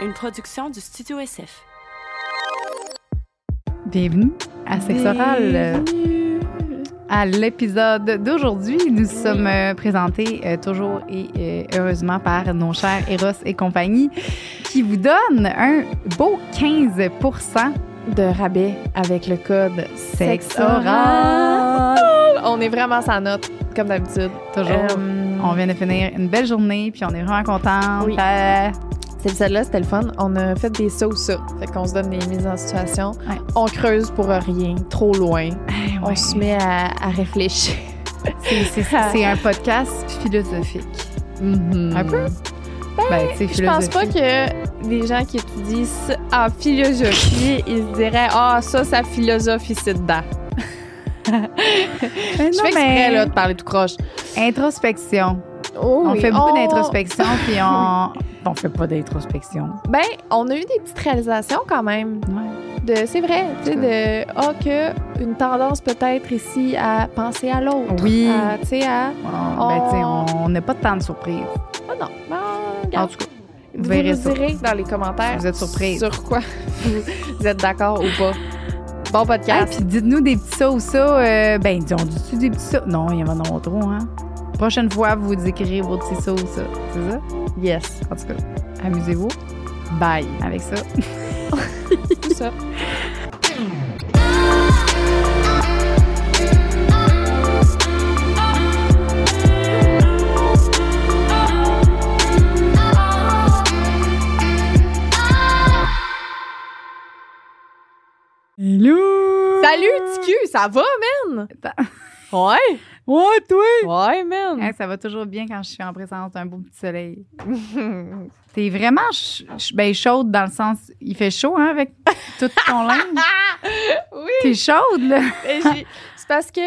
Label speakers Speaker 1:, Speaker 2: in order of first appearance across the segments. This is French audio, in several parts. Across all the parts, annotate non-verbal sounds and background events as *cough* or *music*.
Speaker 1: une production du Studio SF.
Speaker 2: Bienvenue à Sexe Oral,
Speaker 3: Bienvenue.
Speaker 2: à l'épisode d'aujourd'hui. Nous sommes euh, présentés euh, toujours et euh, heureusement par nos chers Eros et compagnie qui vous donnent un beau 15
Speaker 3: De rabais avec le code
Speaker 2: Sexe oral.
Speaker 3: On est vraiment sans note, comme d'habitude.
Speaker 2: Toujours.
Speaker 3: Euh,
Speaker 2: On vient de finir une belle journée, puis on est vraiment contents.
Speaker 3: Oui.
Speaker 2: Euh,
Speaker 3: Cet épisode-là, c'était le fun. On a fait des ça ou ça. Fait qu'on se donne des mises en situation.
Speaker 2: Ouais.
Speaker 3: On creuse pour rien, trop loin.
Speaker 2: eh
Speaker 3: On
Speaker 2: ouais.
Speaker 3: se met à, à
Speaker 2: *laughs*
Speaker 3: réfléchir.
Speaker 2: C'est- c'est- C'est un podcast philosophique. Un peu. Ben, tu sais,
Speaker 3: Mm-hmm. Je pense pas
Speaker 2: philosophie.
Speaker 3: que les gens qui étudient ça en philosophie, ils se diraient Ah, ça, ça philosophie, c'est dedans.
Speaker 2: Mais
Speaker 3: Je
Speaker 2: non,
Speaker 3: fais exprès
Speaker 2: mais
Speaker 3: là, de parler tout croche.
Speaker 2: Introspection. on fait beaucoup d'introspection, puis on. on fait pas d'introspection.
Speaker 3: Ben, on a eu des petites réalisations quand même.
Speaker 2: Ouais.
Speaker 3: De, c'est vrai, tu sais, de ah que une tendance peut-être ici à penser à l'autre.
Speaker 2: Oui.
Speaker 3: À, tu sais, à
Speaker 2: On- ben, tu sais,
Speaker 3: Euh, On-
Speaker 2: on- on n'a pas tant de surprises.
Speaker 3: oh non, ben,
Speaker 2: En
Speaker 3: regarde.
Speaker 2: tout cas,
Speaker 3: Vous,
Speaker 2: vous verrez
Speaker 3: nous
Speaker 2: ça.
Speaker 3: direz dans les commentaires.
Speaker 2: Vous êtes surprise.
Speaker 3: Sur *laughs* quoi vous êtes d'accord ou pas. Bon
Speaker 2: Ah,
Speaker 3: podcast.
Speaker 2: puis dites-nous des petits ça ou ça. euh, ben, dis- on dit-tu des petits ça? Non, il y en a trop, hein? Prochaine fois, vous écrirez vos petits ça ou ça. C'est ça?
Speaker 3: yes.
Speaker 2: En tout cas, amusez-vous. Bye. Avec ça.
Speaker 3: Tout ça.
Speaker 2: Hello!
Speaker 3: *laughs* Salut, TQ, ça va, man? *laughs* Ouais.
Speaker 2: Ouais, toi!
Speaker 3: Ouais, man.
Speaker 2: Hein, ça va toujours bien quand je suis en présence d'un beau petit
Speaker 3: *laughs*
Speaker 2: soleil. T'es vraiment ch- ch- ben, chaude dans le sens. Il fait chaud, hein, avec tout ton linge.
Speaker 3: *laughs* oui.
Speaker 2: T'es chaude, là.
Speaker 3: Et j'ai- C'est parce que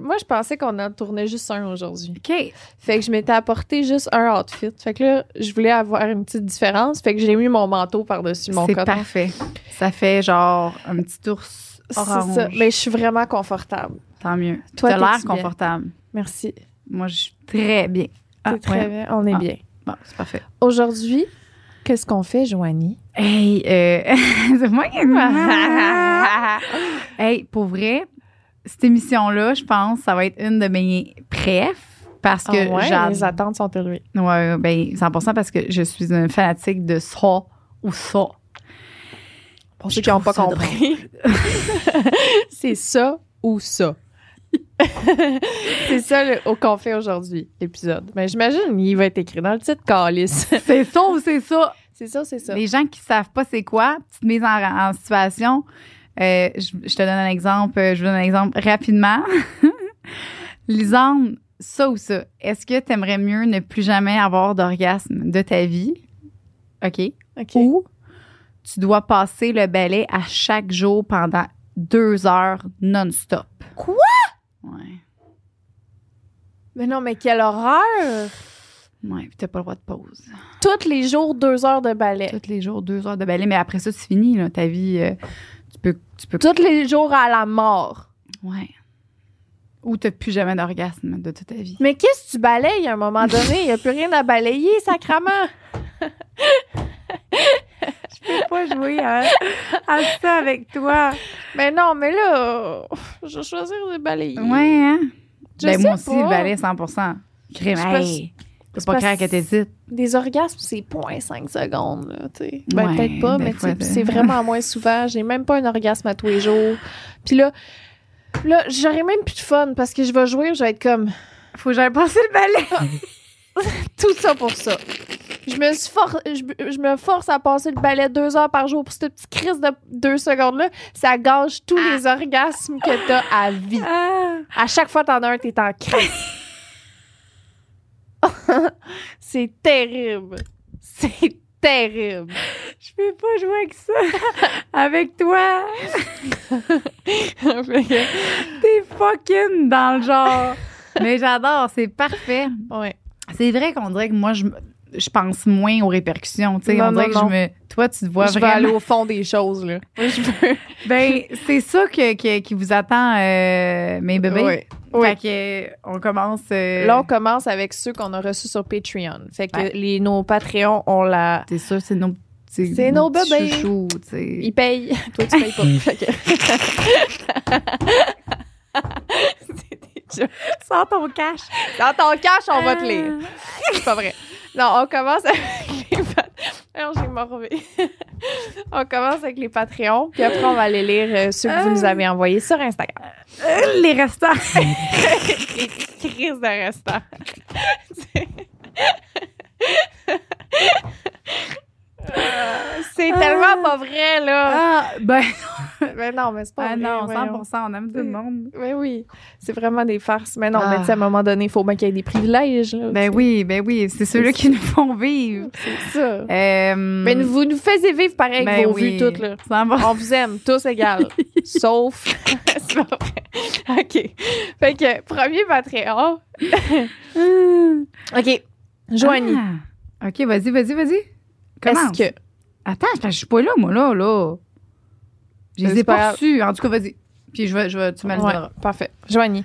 Speaker 3: moi, je pensais qu'on en tournait juste un aujourd'hui.
Speaker 2: OK.
Speaker 3: Fait que je m'étais apporté juste un outfit. Fait que là, je voulais avoir une petite différence. Fait que j'ai mis mon manteau par-dessus mon
Speaker 2: C'est
Speaker 3: coton.
Speaker 2: parfait. Ça fait genre un petit ours
Speaker 3: C'est
Speaker 2: orange.
Speaker 3: ça. Mais je suis vraiment confortable.
Speaker 2: Tant mieux.
Speaker 3: Toi,
Speaker 2: T'as l'air
Speaker 3: t'es-tu bien?
Speaker 2: confortable.
Speaker 3: Merci.
Speaker 2: Moi, je suis très bien. Ah,
Speaker 3: T'es très
Speaker 2: ouais.
Speaker 3: bien. On est
Speaker 2: Ah.
Speaker 3: bien.
Speaker 2: Bon, c'est parfait.
Speaker 3: Aujourd'hui, qu'est-ce qu'on fait, Joanie?
Speaker 2: Hey, euh, *laughs* c'est moi qui ai une maman.
Speaker 3: *laughs*
Speaker 2: Hey, pour vrai, cette émission-là, je pense, ça va être une de mes préf parce que
Speaker 3: Ah ouais, les
Speaker 2: j'adore.
Speaker 3: attentes sont élevées.
Speaker 2: Ouais, ben, 100% parce que je suis une fanatique de ça ou ça.
Speaker 3: Pour
Speaker 2: Je
Speaker 3: ceux qui n'ont
Speaker 2: trouve ça
Speaker 3: pas compris, *laughs* c'est ça ou ça. c'est ça le- qu'on fait aujourd'hui, l'épisode. Mais j'imagine il va être écrit dans le titre, Calice.
Speaker 2: C'est ça ou c'est ça.
Speaker 3: c'est ça, c'est ça.
Speaker 2: Les gens qui savent pas c'est quoi, petite mise en, en situation. Euh, je, je te donne un exemple. euh, Je vous donne un exemple rapidement. *laughs* Lisanne, ça ou ça. Est-ce que tu aimerais mieux ne plus jamais avoir d'orgasme de ta vie? OK.
Speaker 3: OK.
Speaker 2: Ou tu dois passer le balai à chaque jour pendant deux heures non-stop.
Speaker 3: Quoi?
Speaker 2: Ouais.
Speaker 3: Mais non, mais quelle horreur!
Speaker 2: Ouais, puis t'as pas le droit de pause.
Speaker 3: Tous les jours, deux heures de ballet.
Speaker 2: Tous les jours, deux heures de balai, mais après ça, c'est fini, là. Ta vie, euh, tu peux. Tu peux
Speaker 3: Tous les jours à la mort.
Speaker 2: Ouais. Ou t'as plus jamais d'orgasme de toute ta vie.
Speaker 3: Mais qu'est-ce que tu balayes à un moment donné? Il n'y a plus rien à balayer, sacrament.
Speaker 2: Je peux pas jouer à, ça avec toi.
Speaker 3: Mais non, mais là, je vais choisir de balayer.
Speaker 2: Ouais, hein?
Speaker 3: Je
Speaker 2: ben,
Speaker 3: sais
Speaker 2: moi aussi,
Speaker 3: pas.
Speaker 2: le balai, 100 Crème,
Speaker 3: Je pense-
Speaker 2: hey!
Speaker 3: c'est
Speaker 2: C'est pas
Speaker 3: parce-
Speaker 2: clair que t'hésites.
Speaker 3: Des orgasmes, c'est 0.5 secondes, là, tu sais. Ben,
Speaker 2: Ouais,
Speaker 3: peut-être pas,
Speaker 2: des
Speaker 3: mais tu
Speaker 2: fois,
Speaker 3: sais,
Speaker 2: ben-
Speaker 3: c'est vraiment moins souvent. J'ai même pas un orgasme à tous les jours. Puis là, là, j'aurais même plus de fun parce que je vais jouer, je vais être comme
Speaker 2: Faut que j'aille passer le
Speaker 3: *laughs*
Speaker 2: balai.
Speaker 3: tout ça pour ça. Je me, suis for- je, me- je me force à passer le balai deux heures par jour pour cette petite crise de deux secondes-là. Ça gâche tous les orgasmes que t'as à vie. À chaque fois t'en as un, t'es en crise. *laughs* C'est terrible. C'est *laughs* terrible.
Speaker 2: Je peux pas jouer avec ça. *laughs* avec toi.
Speaker 3: ouais.
Speaker 2: T'es fucking dans le genre. Mais j'adore, c'est parfait. C'est vrai qu'on dirait que moi, je, me- je pense moins aux répercussions. tu sais.
Speaker 3: Non,
Speaker 2: on dirait
Speaker 3: non,
Speaker 2: que
Speaker 3: non.
Speaker 2: je me. Toi, tu te vois
Speaker 3: je vais
Speaker 2: vraiment.
Speaker 3: aller au fond des choses, là. Moi, Je veux.
Speaker 2: *laughs* Ben, c'est ça que, que- qui vous attend, euh, mes bébés.
Speaker 3: Ouais.
Speaker 2: Fait que, euh, on commence. euh,
Speaker 3: Là, on commence avec ceux qu'on a reçus sur Patreon. Fait que
Speaker 2: Ouais.
Speaker 3: les, nos Patreons ont la,
Speaker 2: T'es sûr, c'est nos tu sais,
Speaker 3: C'est
Speaker 2: mon
Speaker 3: nos
Speaker 2: petit
Speaker 3: bébés.
Speaker 2: chouchou, tu sais.
Speaker 3: Il paye. *laughs* Toi, tu payes pas. Fait que- C'est des jokes.
Speaker 2: Sors ton cash.
Speaker 3: Dans ton cash, on va te
Speaker 2: Euh.
Speaker 3: lire. C'est pas vrai. Non, on commence avec les pat- Alors, j'ai morvé. *laughs* on commence avec les Patreons, puis après, on va aller lire euh, ceux que vous nous avez envoyés sur Instagram.
Speaker 2: Les restants.
Speaker 3: Les crises de restant. C'est tellement pas vrai, là.
Speaker 2: Ah, ben,
Speaker 3: Mais non, mais c'est pas
Speaker 2: ah
Speaker 3: vrai.
Speaker 2: non,
Speaker 3: voyons.
Speaker 2: 100 on aime tout le monde.
Speaker 3: Mais oui, c'est vraiment des farces. Mais non,
Speaker 2: Ah.
Speaker 3: mais tu sais, à un moment donné, il faut bien qu'il y ait des privilèges. là.
Speaker 2: Ben oui, ben oui, c'est ceux-là qui nous font vivre.
Speaker 3: C'est ça.
Speaker 2: Euh,
Speaker 3: Mais vous Ben, nous faisiez vivre pareil avec
Speaker 2: ben
Speaker 3: vos
Speaker 2: oui,
Speaker 3: vues toutes, là.
Speaker 2: 100%.
Speaker 3: On vous *laughs* aime, tous égales. Sauf. *laughs* c'est pas vrai. OK. Fait que, premier Patreon. *laughs* OK. Joanie.
Speaker 2: Ah. OK, vas-y, vas-y, vas-y. Comment?
Speaker 3: Est-ce que.
Speaker 2: Attends, parce que je suis pas là, moi, là, là. Je les
Speaker 3: C'est
Speaker 2: ai
Speaker 3: pas
Speaker 2: pas
Speaker 3: grave.
Speaker 2: reçus. En tout cas, vas-y. Puis je vais, je vais, tu me le
Speaker 3: Ouais,
Speaker 2: diras.
Speaker 3: parfait. Joanie.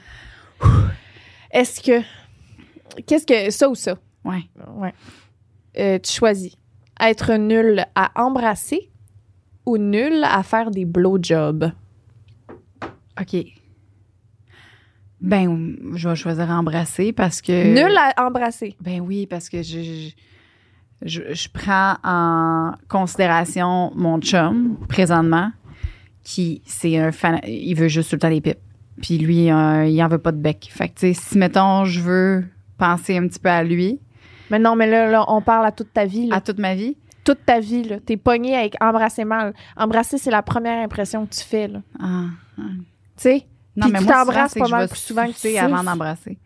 Speaker 3: Est-ce que. Qu'est-ce que. Ça ou ça?
Speaker 2: Ouais.
Speaker 3: Ouais. Euh, tu choisis être nul à embrasser ou nul à faire des blowjobs.
Speaker 2: OK. Ben, je vais choisir embrasser parce que.
Speaker 3: Nul à embrasser.
Speaker 2: Ben oui, parce que je, je, je- je prends en considération mon chum présentement, qui c'est un fan, il veut juste tout le temps des pipes. Puis lui, euh, il en veut pas de bec. Fait que tu sais, si mettons je veux penser un petit peu à lui,
Speaker 3: Mais non, mais là, là, on parle à toute ta vie. là.
Speaker 2: à toute ma vie.
Speaker 3: toute ta vie, là. T'es pogné avec embrasser mal. Embrasser, c'est la première impression que tu fais, là.
Speaker 2: Ah, ah.
Speaker 3: Tu sais?
Speaker 2: Non,
Speaker 3: Puis
Speaker 2: mais
Speaker 3: tu
Speaker 2: moi, souvent,
Speaker 3: t'embrasses
Speaker 2: c'est
Speaker 3: pas
Speaker 2: que je
Speaker 3: mal
Speaker 2: vais
Speaker 3: plus souvent que tu
Speaker 2: sucer avant
Speaker 3: suces.
Speaker 2: d'embrasser.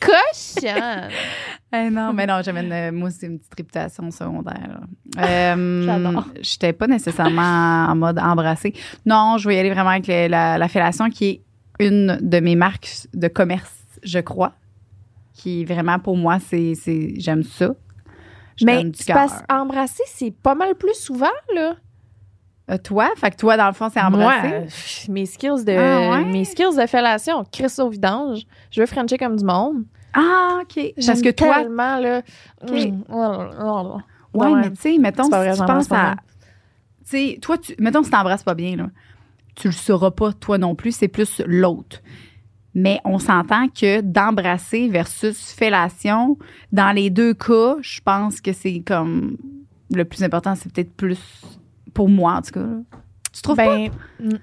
Speaker 3: Cochon!
Speaker 2: Eh non,
Speaker 3: *laughs*
Speaker 2: mais non, j'avais une, moi, c'est une petite réputation secondaire.
Speaker 3: *laughs*
Speaker 2: là. Euh,
Speaker 3: J'adore.
Speaker 2: J'étais pas nécessairement en mode embrassé. Non, je vais y aller vraiment avec le- la, la fellation, qui est une de mes marques de commerce, je crois. Qui vraiment, pour moi, c'est. c'est- J'aime ça. *laughs* Je
Speaker 3: mais
Speaker 2: donne du
Speaker 3: tu
Speaker 2: cœur.
Speaker 3: passes embrasser, c'est pas mal plus souvent, là.
Speaker 2: Euh, toi, fait que toi, dans le fond, c'est
Speaker 3: Moi,
Speaker 2: embrasser.
Speaker 3: euh, pff, mes skills de
Speaker 2: Ah ouais?
Speaker 3: mes skills de fellation, Chris au vidange, je veux frencher comme du monde.
Speaker 2: Ah, OK. Parce
Speaker 3: J'aime
Speaker 2: que toi,
Speaker 3: tellement là.
Speaker 2: Ok.
Speaker 3: Mm, oh là là là là.
Speaker 2: Ouais,
Speaker 3: Ouais.
Speaker 2: mais tu sais, mettons,
Speaker 3: C'est pas
Speaker 2: si
Speaker 3: vrai,
Speaker 2: tu penses
Speaker 3: j'embrasse pas
Speaker 2: à. Tu sais, toi, tu, mettons, si t'embrasses pas bien, là, tu le sauras pas, toi non plus, c'est plus l'autre. Mais on s'entend que d'embrasser versus fellation, dans les deux cas, je pense que c'est comme. Le plus important, c'est peut-être plus. Pour moi, en tout cas. là. Tu trouves pas?
Speaker 3: Ben, mm,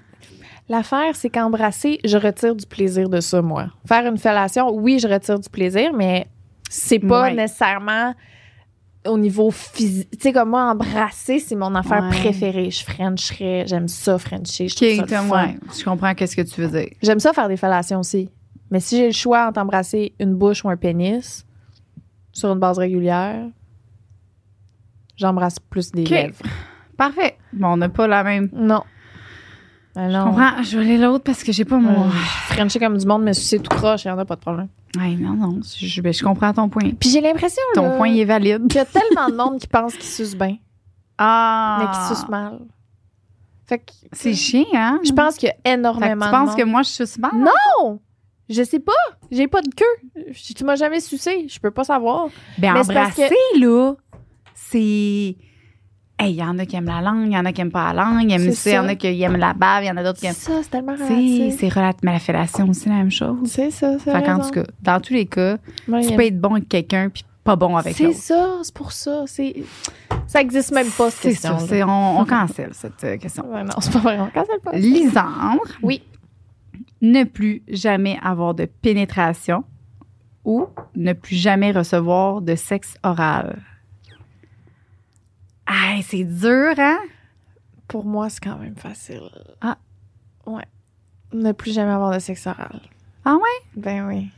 Speaker 3: L'affaire, c'est qu'embrasser, je retire du plaisir de ça, moi. Faire une fellation, oui, je retire du plaisir, mais c'est pas
Speaker 2: Ouais.
Speaker 3: nécessairement au niveau physique. Tu sais, comme moi, embrasser, c'est mon affaire
Speaker 2: Ouais.
Speaker 3: préférée. Je frencherais, j'aime ça, frencher. Je
Speaker 2: Ok,
Speaker 3: trouve ça le
Speaker 2: comme,
Speaker 3: fun.
Speaker 2: ouais, je comprends qu'est-ce que tu veux dire.
Speaker 3: J'aime ça faire des fellations aussi. Mais si j'ai le choix entre embrasser une bouche ou un pénis sur une base régulière, j'embrasse plus des
Speaker 2: Ok.
Speaker 3: lèvres.
Speaker 2: Parfait. Bon, on n'a pas la même.
Speaker 3: Non. Ben
Speaker 2: Je
Speaker 3: non.
Speaker 2: comprends. Je vais aller l'autre parce que j'ai pas mon.
Speaker 3: Ouais. Frencher comme du monde, mais sucer tout croche, il en a pas de problème.
Speaker 2: Ouais, non, non. Je, je- ben, je comprends ton point.
Speaker 3: Puis j'ai l'impression
Speaker 2: Ton
Speaker 3: là,
Speaker 2: point il est valide.
Speaker 3: qu'il y a tellement de monde qui pense qu'ils sucent bien,
Speaker 2: Ah!
Speaker 3: mais qui sucent mal. Fait que
Speaker 2: C'est chiant, hein?
Speaker 3: je pense qu'il y a
Speaker 2: Fait que
Speaker 3: énormément
Speaker 2: tu penses
Speaker 3: de
Speaker 2: que
Speaker 3: monde.
Speaker 2: moi, je suis mal?
Speaker 3: Non. Je sais pas, j'ai pas de queue. Je- Tu m'as jamais sucé, je peux pas savoir.
Speaker 2: Ben,
Speaker 3: Mais c'est parce
Speaker 2: embrasser, là, c'est... Hey, il y en a qui aiment la langue, il y en a qui aiment pas la langue, il y en a
Speaker 3: C'est
Speaker 2: qui- il y en a
Speaker 3: ça.
Speaker 2: qui aiment la bave, il y en a d'autres qui aiment...
Speaker 3: Ça, c'est tellement
Speaker 2: Tu sais,
Speaker 3: relatif.
Speaker 2: c'est relatif. Mais la fellation aussi, la même chose.
Speaker 3: C'est ça, c'est
Speaker 2: Fait qu'en tout cas, dans tous les cas, tu peux être bon avec quelqu'un puis pas bon avec
Speaker 3: C'est
Speaker 2: l'autre.
Speaker 3: ça, c'est pour ça. C'est... Ça existe même pas, cette
Speaker 2: C'est ça,
Speaker 3: question.
Speaker 2: c'est- on, on cancelle cette euh, question.
Speaker 3: non, c'est pas vrai. On cancelle pas.
Speaker 2: Lisandre.
Speaker 3: Oui.
Speaker 2: Ne plus jamais avoir de pénétration ou ne plus jamais recevoir de sexe oral. Aïe, c'est dur, hein?
Speaker 3: Pour moi, c'est quand même facile.
Speaker 2: Ah.
Speaker 3: Ouais. Ne plus jamais avoir de sexe oral.
Speaker 2: Ah
Speaker 3: ouais? Ben oui.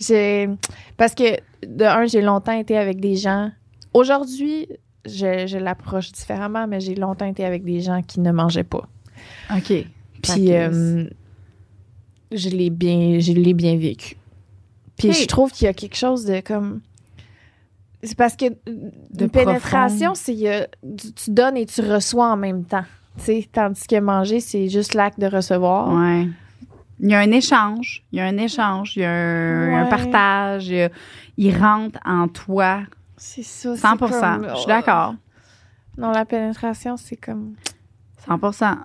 Speaker 3: J'ai... Parce que, de un, j'ai longtemps été avec des gens... Aujourd'hui, je, je l'approche différemment, mais j'ai longtemps été avec des gens qui ne mangeaient pas.
Speaker 2: OK.
Speaker 3: Puis euh, je l'ai bien, je l'ai bien vécu. Puis
Speaker 2: Hey.
Speaker 3: je trouve qu'il y a quelque chose de comme c'est parce que de
Speaker 2: profond.
Speaker 3: pénétration, c'est il y a- tu, tu donnes et tu reçois en même temps. tu sais, Tandis que manger, c'est juste l'acte de recevoir.
Speaker 2: ouais. Il y a un échange, il y a un échange, il y a un, un
Speaker 3: Ouais.
Speaker 2: partage, il, y a- il rentre en toi.
Speaker 3: C'est ça. c'est
Speaker 2: 100
Speaker 3: comme- oh,
Speaker 2: Je suis d'accord.
Speaker 3: Non, la pénétration, c'est comme.
Speaker 2: 100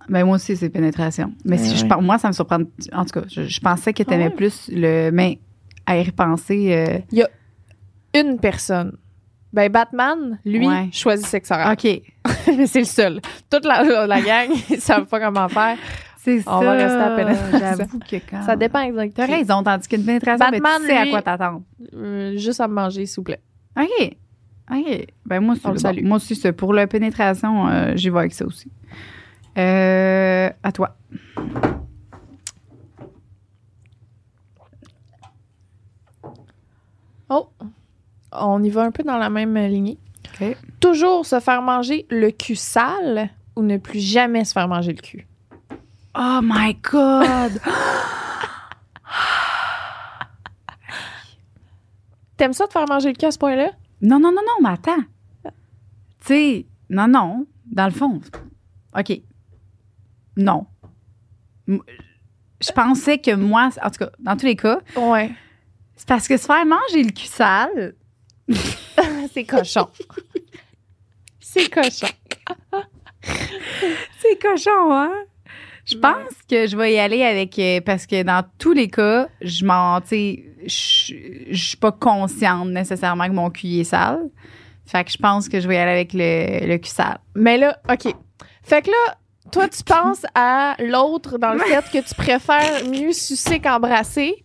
Speaker 2: Ben moi aussi, c'est pénétration. Mais si
Speaker 3: Ouais,
Speaker 2: je
Speaker 3: ouais.
Speaker 2: par- moi, ça me surprend. En tout cas, je, je pensais que t'aimais
Speaker 3: Ah ouais.
Speaker 2: plus le. Mais à y repenser. euh,
Speaker 3: Une personne. Ben, Batman, lui,
Speaker 2: Ouais.
Speaker 3: choisit sexe oral.
Speaker 2: OK.
Speaker 3: *laughs* Mais c'est le seul. Toute la, la, la gang, *laughs* ils savent pas comment faire.
Speaker 2: C'est ça.
Speaker 3: On va rester à *laughs* pénétration.
Speaker 2: J'avoue que quand.
Speaker 3: Ça dépend
Speaker 2: Ah.
Speaker 3: exactement.
Speaker 2: T'as raison, tandis qu'une pénétration, ben,
Speaker 3: Batman,
Speaker 2: tu sais à
Speaker 3: lui-
Speaker 2: quoi t'attendre.
Speaker 3: Euh, juste à me manger, s'il vous plaît.
Speaker 2: OK. OK. Ben moi aussi,
Speaker 3: On le
Speaker 2: bon,
Speaker 3: salue.
Speaker 2: moi aussi c'est pour la pénétration, euh, j'y vais avec ça aussi. Euh, à toi.
Speaker 3: Oh, On y va un peu dans la même euh, lignée.
Speaker 2: OK.
Speaker 3: Toujours se faire manger le cul sale ou ne plus jamais se faire manger le cul.
Speaker 2: Oh my God!
Speaker 3: T'aimes ça te faire manger le cul à ce point-là?
Speaker 2: *laughs* non, non, non, non, mais attends. Tu sais, non, non, dans le fond. OK. Non. M- Je pensais que moi, en tout cas, dans tous les cas,
Speaker 3: Ouais.
Speaker 2: c'est parce que se faire manger le cul sale,
Speaker 3: *laughs* C'est cochon. c'est cochon.
Speaker 2: C'est cochon, hein? Je
Speaker 3: Ouais.
Speaker 2: pense que je vais y aller avec. euh, Parce que dans tous les cas, je m'en. Tu sais, je je suis pas consciente nécessairement que mon cul il est sale. Fait que je pense que je vais y aller avec le, le cul sale.
Speaker 3: Mais là, OK. Fait que là, toi, tu penses à l'autre dans le fait que tu préfères mieux sucer qu'embrasser.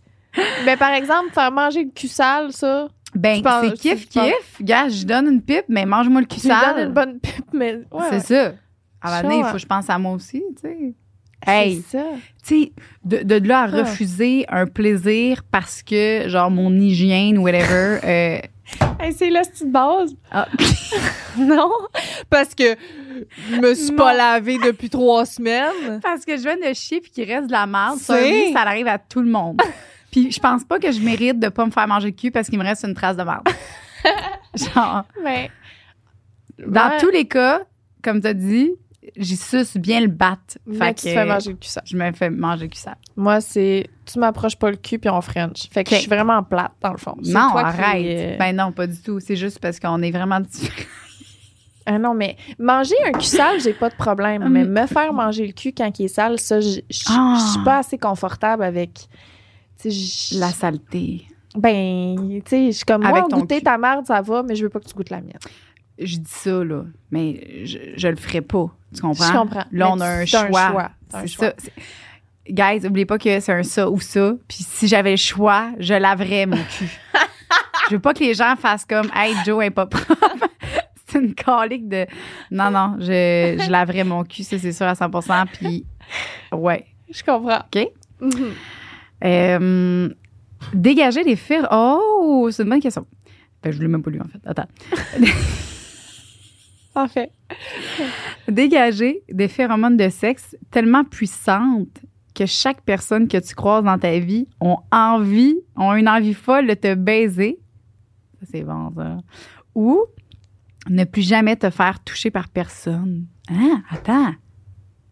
Speaker 3: Mais par exemple, faire manger le cul sale, ça,
Speaker 2: Ben,
Speaker 3: Tu penses-
Speaker 2: c'est kiff,
Speaker 3: tu penses-
Speaker 2: kiff. Gars, je donne une pipe, mais mange-moi le cul
Speaker 3: tu lui
Speaker 2: sale.
Speaker 3: donnes une bonne pipe, mais... Ouais, ouais.
Speaker 2: c'est ça. À un moment donné, il
Speaker 3: Sure.
Speaker 2: faut que je pense à moi aussi, tu sais.
Speaker 3: C'est
Speaker 2: Hey.
Speaker 3: ça.
Speaker 2: Tu sais, de, de là à
Speaker 3: Ah.
Speaker 2: refuser un plaisir parce que, genre, mon hygiène ou whatever. euh,
Speaker 3: Hey, c'est la petite base.
Speaker 2: Ah.
Speaker 3: *laughs* non, parce que je me suis
Speaker 2: Non.
Speaker 3: pas lavée depuis trois semaines.
Speaker 2: Parce que je viens de chier puis qu'il reste de la merde. Ça,
Speaker 3: C'est-
Speaker 2: oui, ça arrive à tout le
Speaker 3: *laughs*
Speaker 2: monde. puis je pense pas que je mérite de pas me faire manger le cul parce qu'il me reste une trace de
Speaker 3: *laughs*
Speaker 2: merde. Genre,
Speaker 3: Mais
Speaker 2: dans
Speaker 3: Ouais.
Speaker 2: tous les cas, comme t'as dit, j'y suce bien le bat.
Speaker 3: Mais
Speaker 2: Fait
Speaker 3: tu
Speaker 2: que
Speaker 3: te fais manger le cul sale.
Speaker 2: je me fais manger le cul sale.
Speaker 3: Moi, c'est tu m'approches pas le cul puis on French. Fait que
Speaker 2: Ok.
Speaker 3: je suis vraiment plate dans le fond. C'est
Speaker 2: Non,
Speaker 3: toi qui,
Speaker 2: arrête.
Speaker 3: euh,
Speaker 2: Ben non, pas du tout. C'est juste parce qu'on est vraiment différents.
Speaker 3: Ah non, mais manger un cul sale, j'ai pas de problème.
Speaker 2: Hum.
Speaker 3: Mais me faire manger le cul quand il est sale, ça, je je-
Speaker 2: Ah.
Speaker 3: je suis pas assez confortable avec. Tu sais, je-
Speaker 2: La saleté.
Speaker 3: Ben, tu sais, je suis comme,
Speaker 2: Avec
Speaker 3: moi,
Speaker 2: ton
Speaker 3: goûter
Speaker 2: cul.
Speaker 3: ta merde, ça va, mais je veux pas que tu goûtes la mienne.
Speaker 2: Je dis ça, là, mais je, je le ferai pas. Tu comprends?
Speaker 3: Je comprends.
Speaker 2: Là, on
Speaker 3: Mais
Speaker 2: a un
Speaker 3: c'est
Speaker 2: choix.
Speaker 3: C'est un
Speaker 2: C'est
Speaker 3: choix.
Speaker 2: ça. C'est- Guys, oubliez pas que c'est un ça ou ça. Puis si j'avais le choix, je laverais mon
Speaker 3: *laughs*
Speaker 2: cul. je veux pas que les gens fassent comme Hey, Joe est pas propre. *laughs* c'est une colique de. Non, non, je, je laverais mon cul, ça c'est sûr à 100 Puis, ouais.
Speaker 3: Je comprends.
Speaker 2: OK.
Speaker 3: Mhm.
Speaker 2: Euh, dégager les fils. Oh, c'est une bonne question. Ben, je voulais même pas lui en fait. Attends.
Speaker 3: Parfait.
Speaker 2: Dégager des phéromones de sexe tellement puissantes que chaque personne que tu croises dans ta vie ont envie, ont une envie folle de te baiser. Ça, c'est bon, ça. Ou ne plus jamais te faire toucher par personne. Hein? Attends.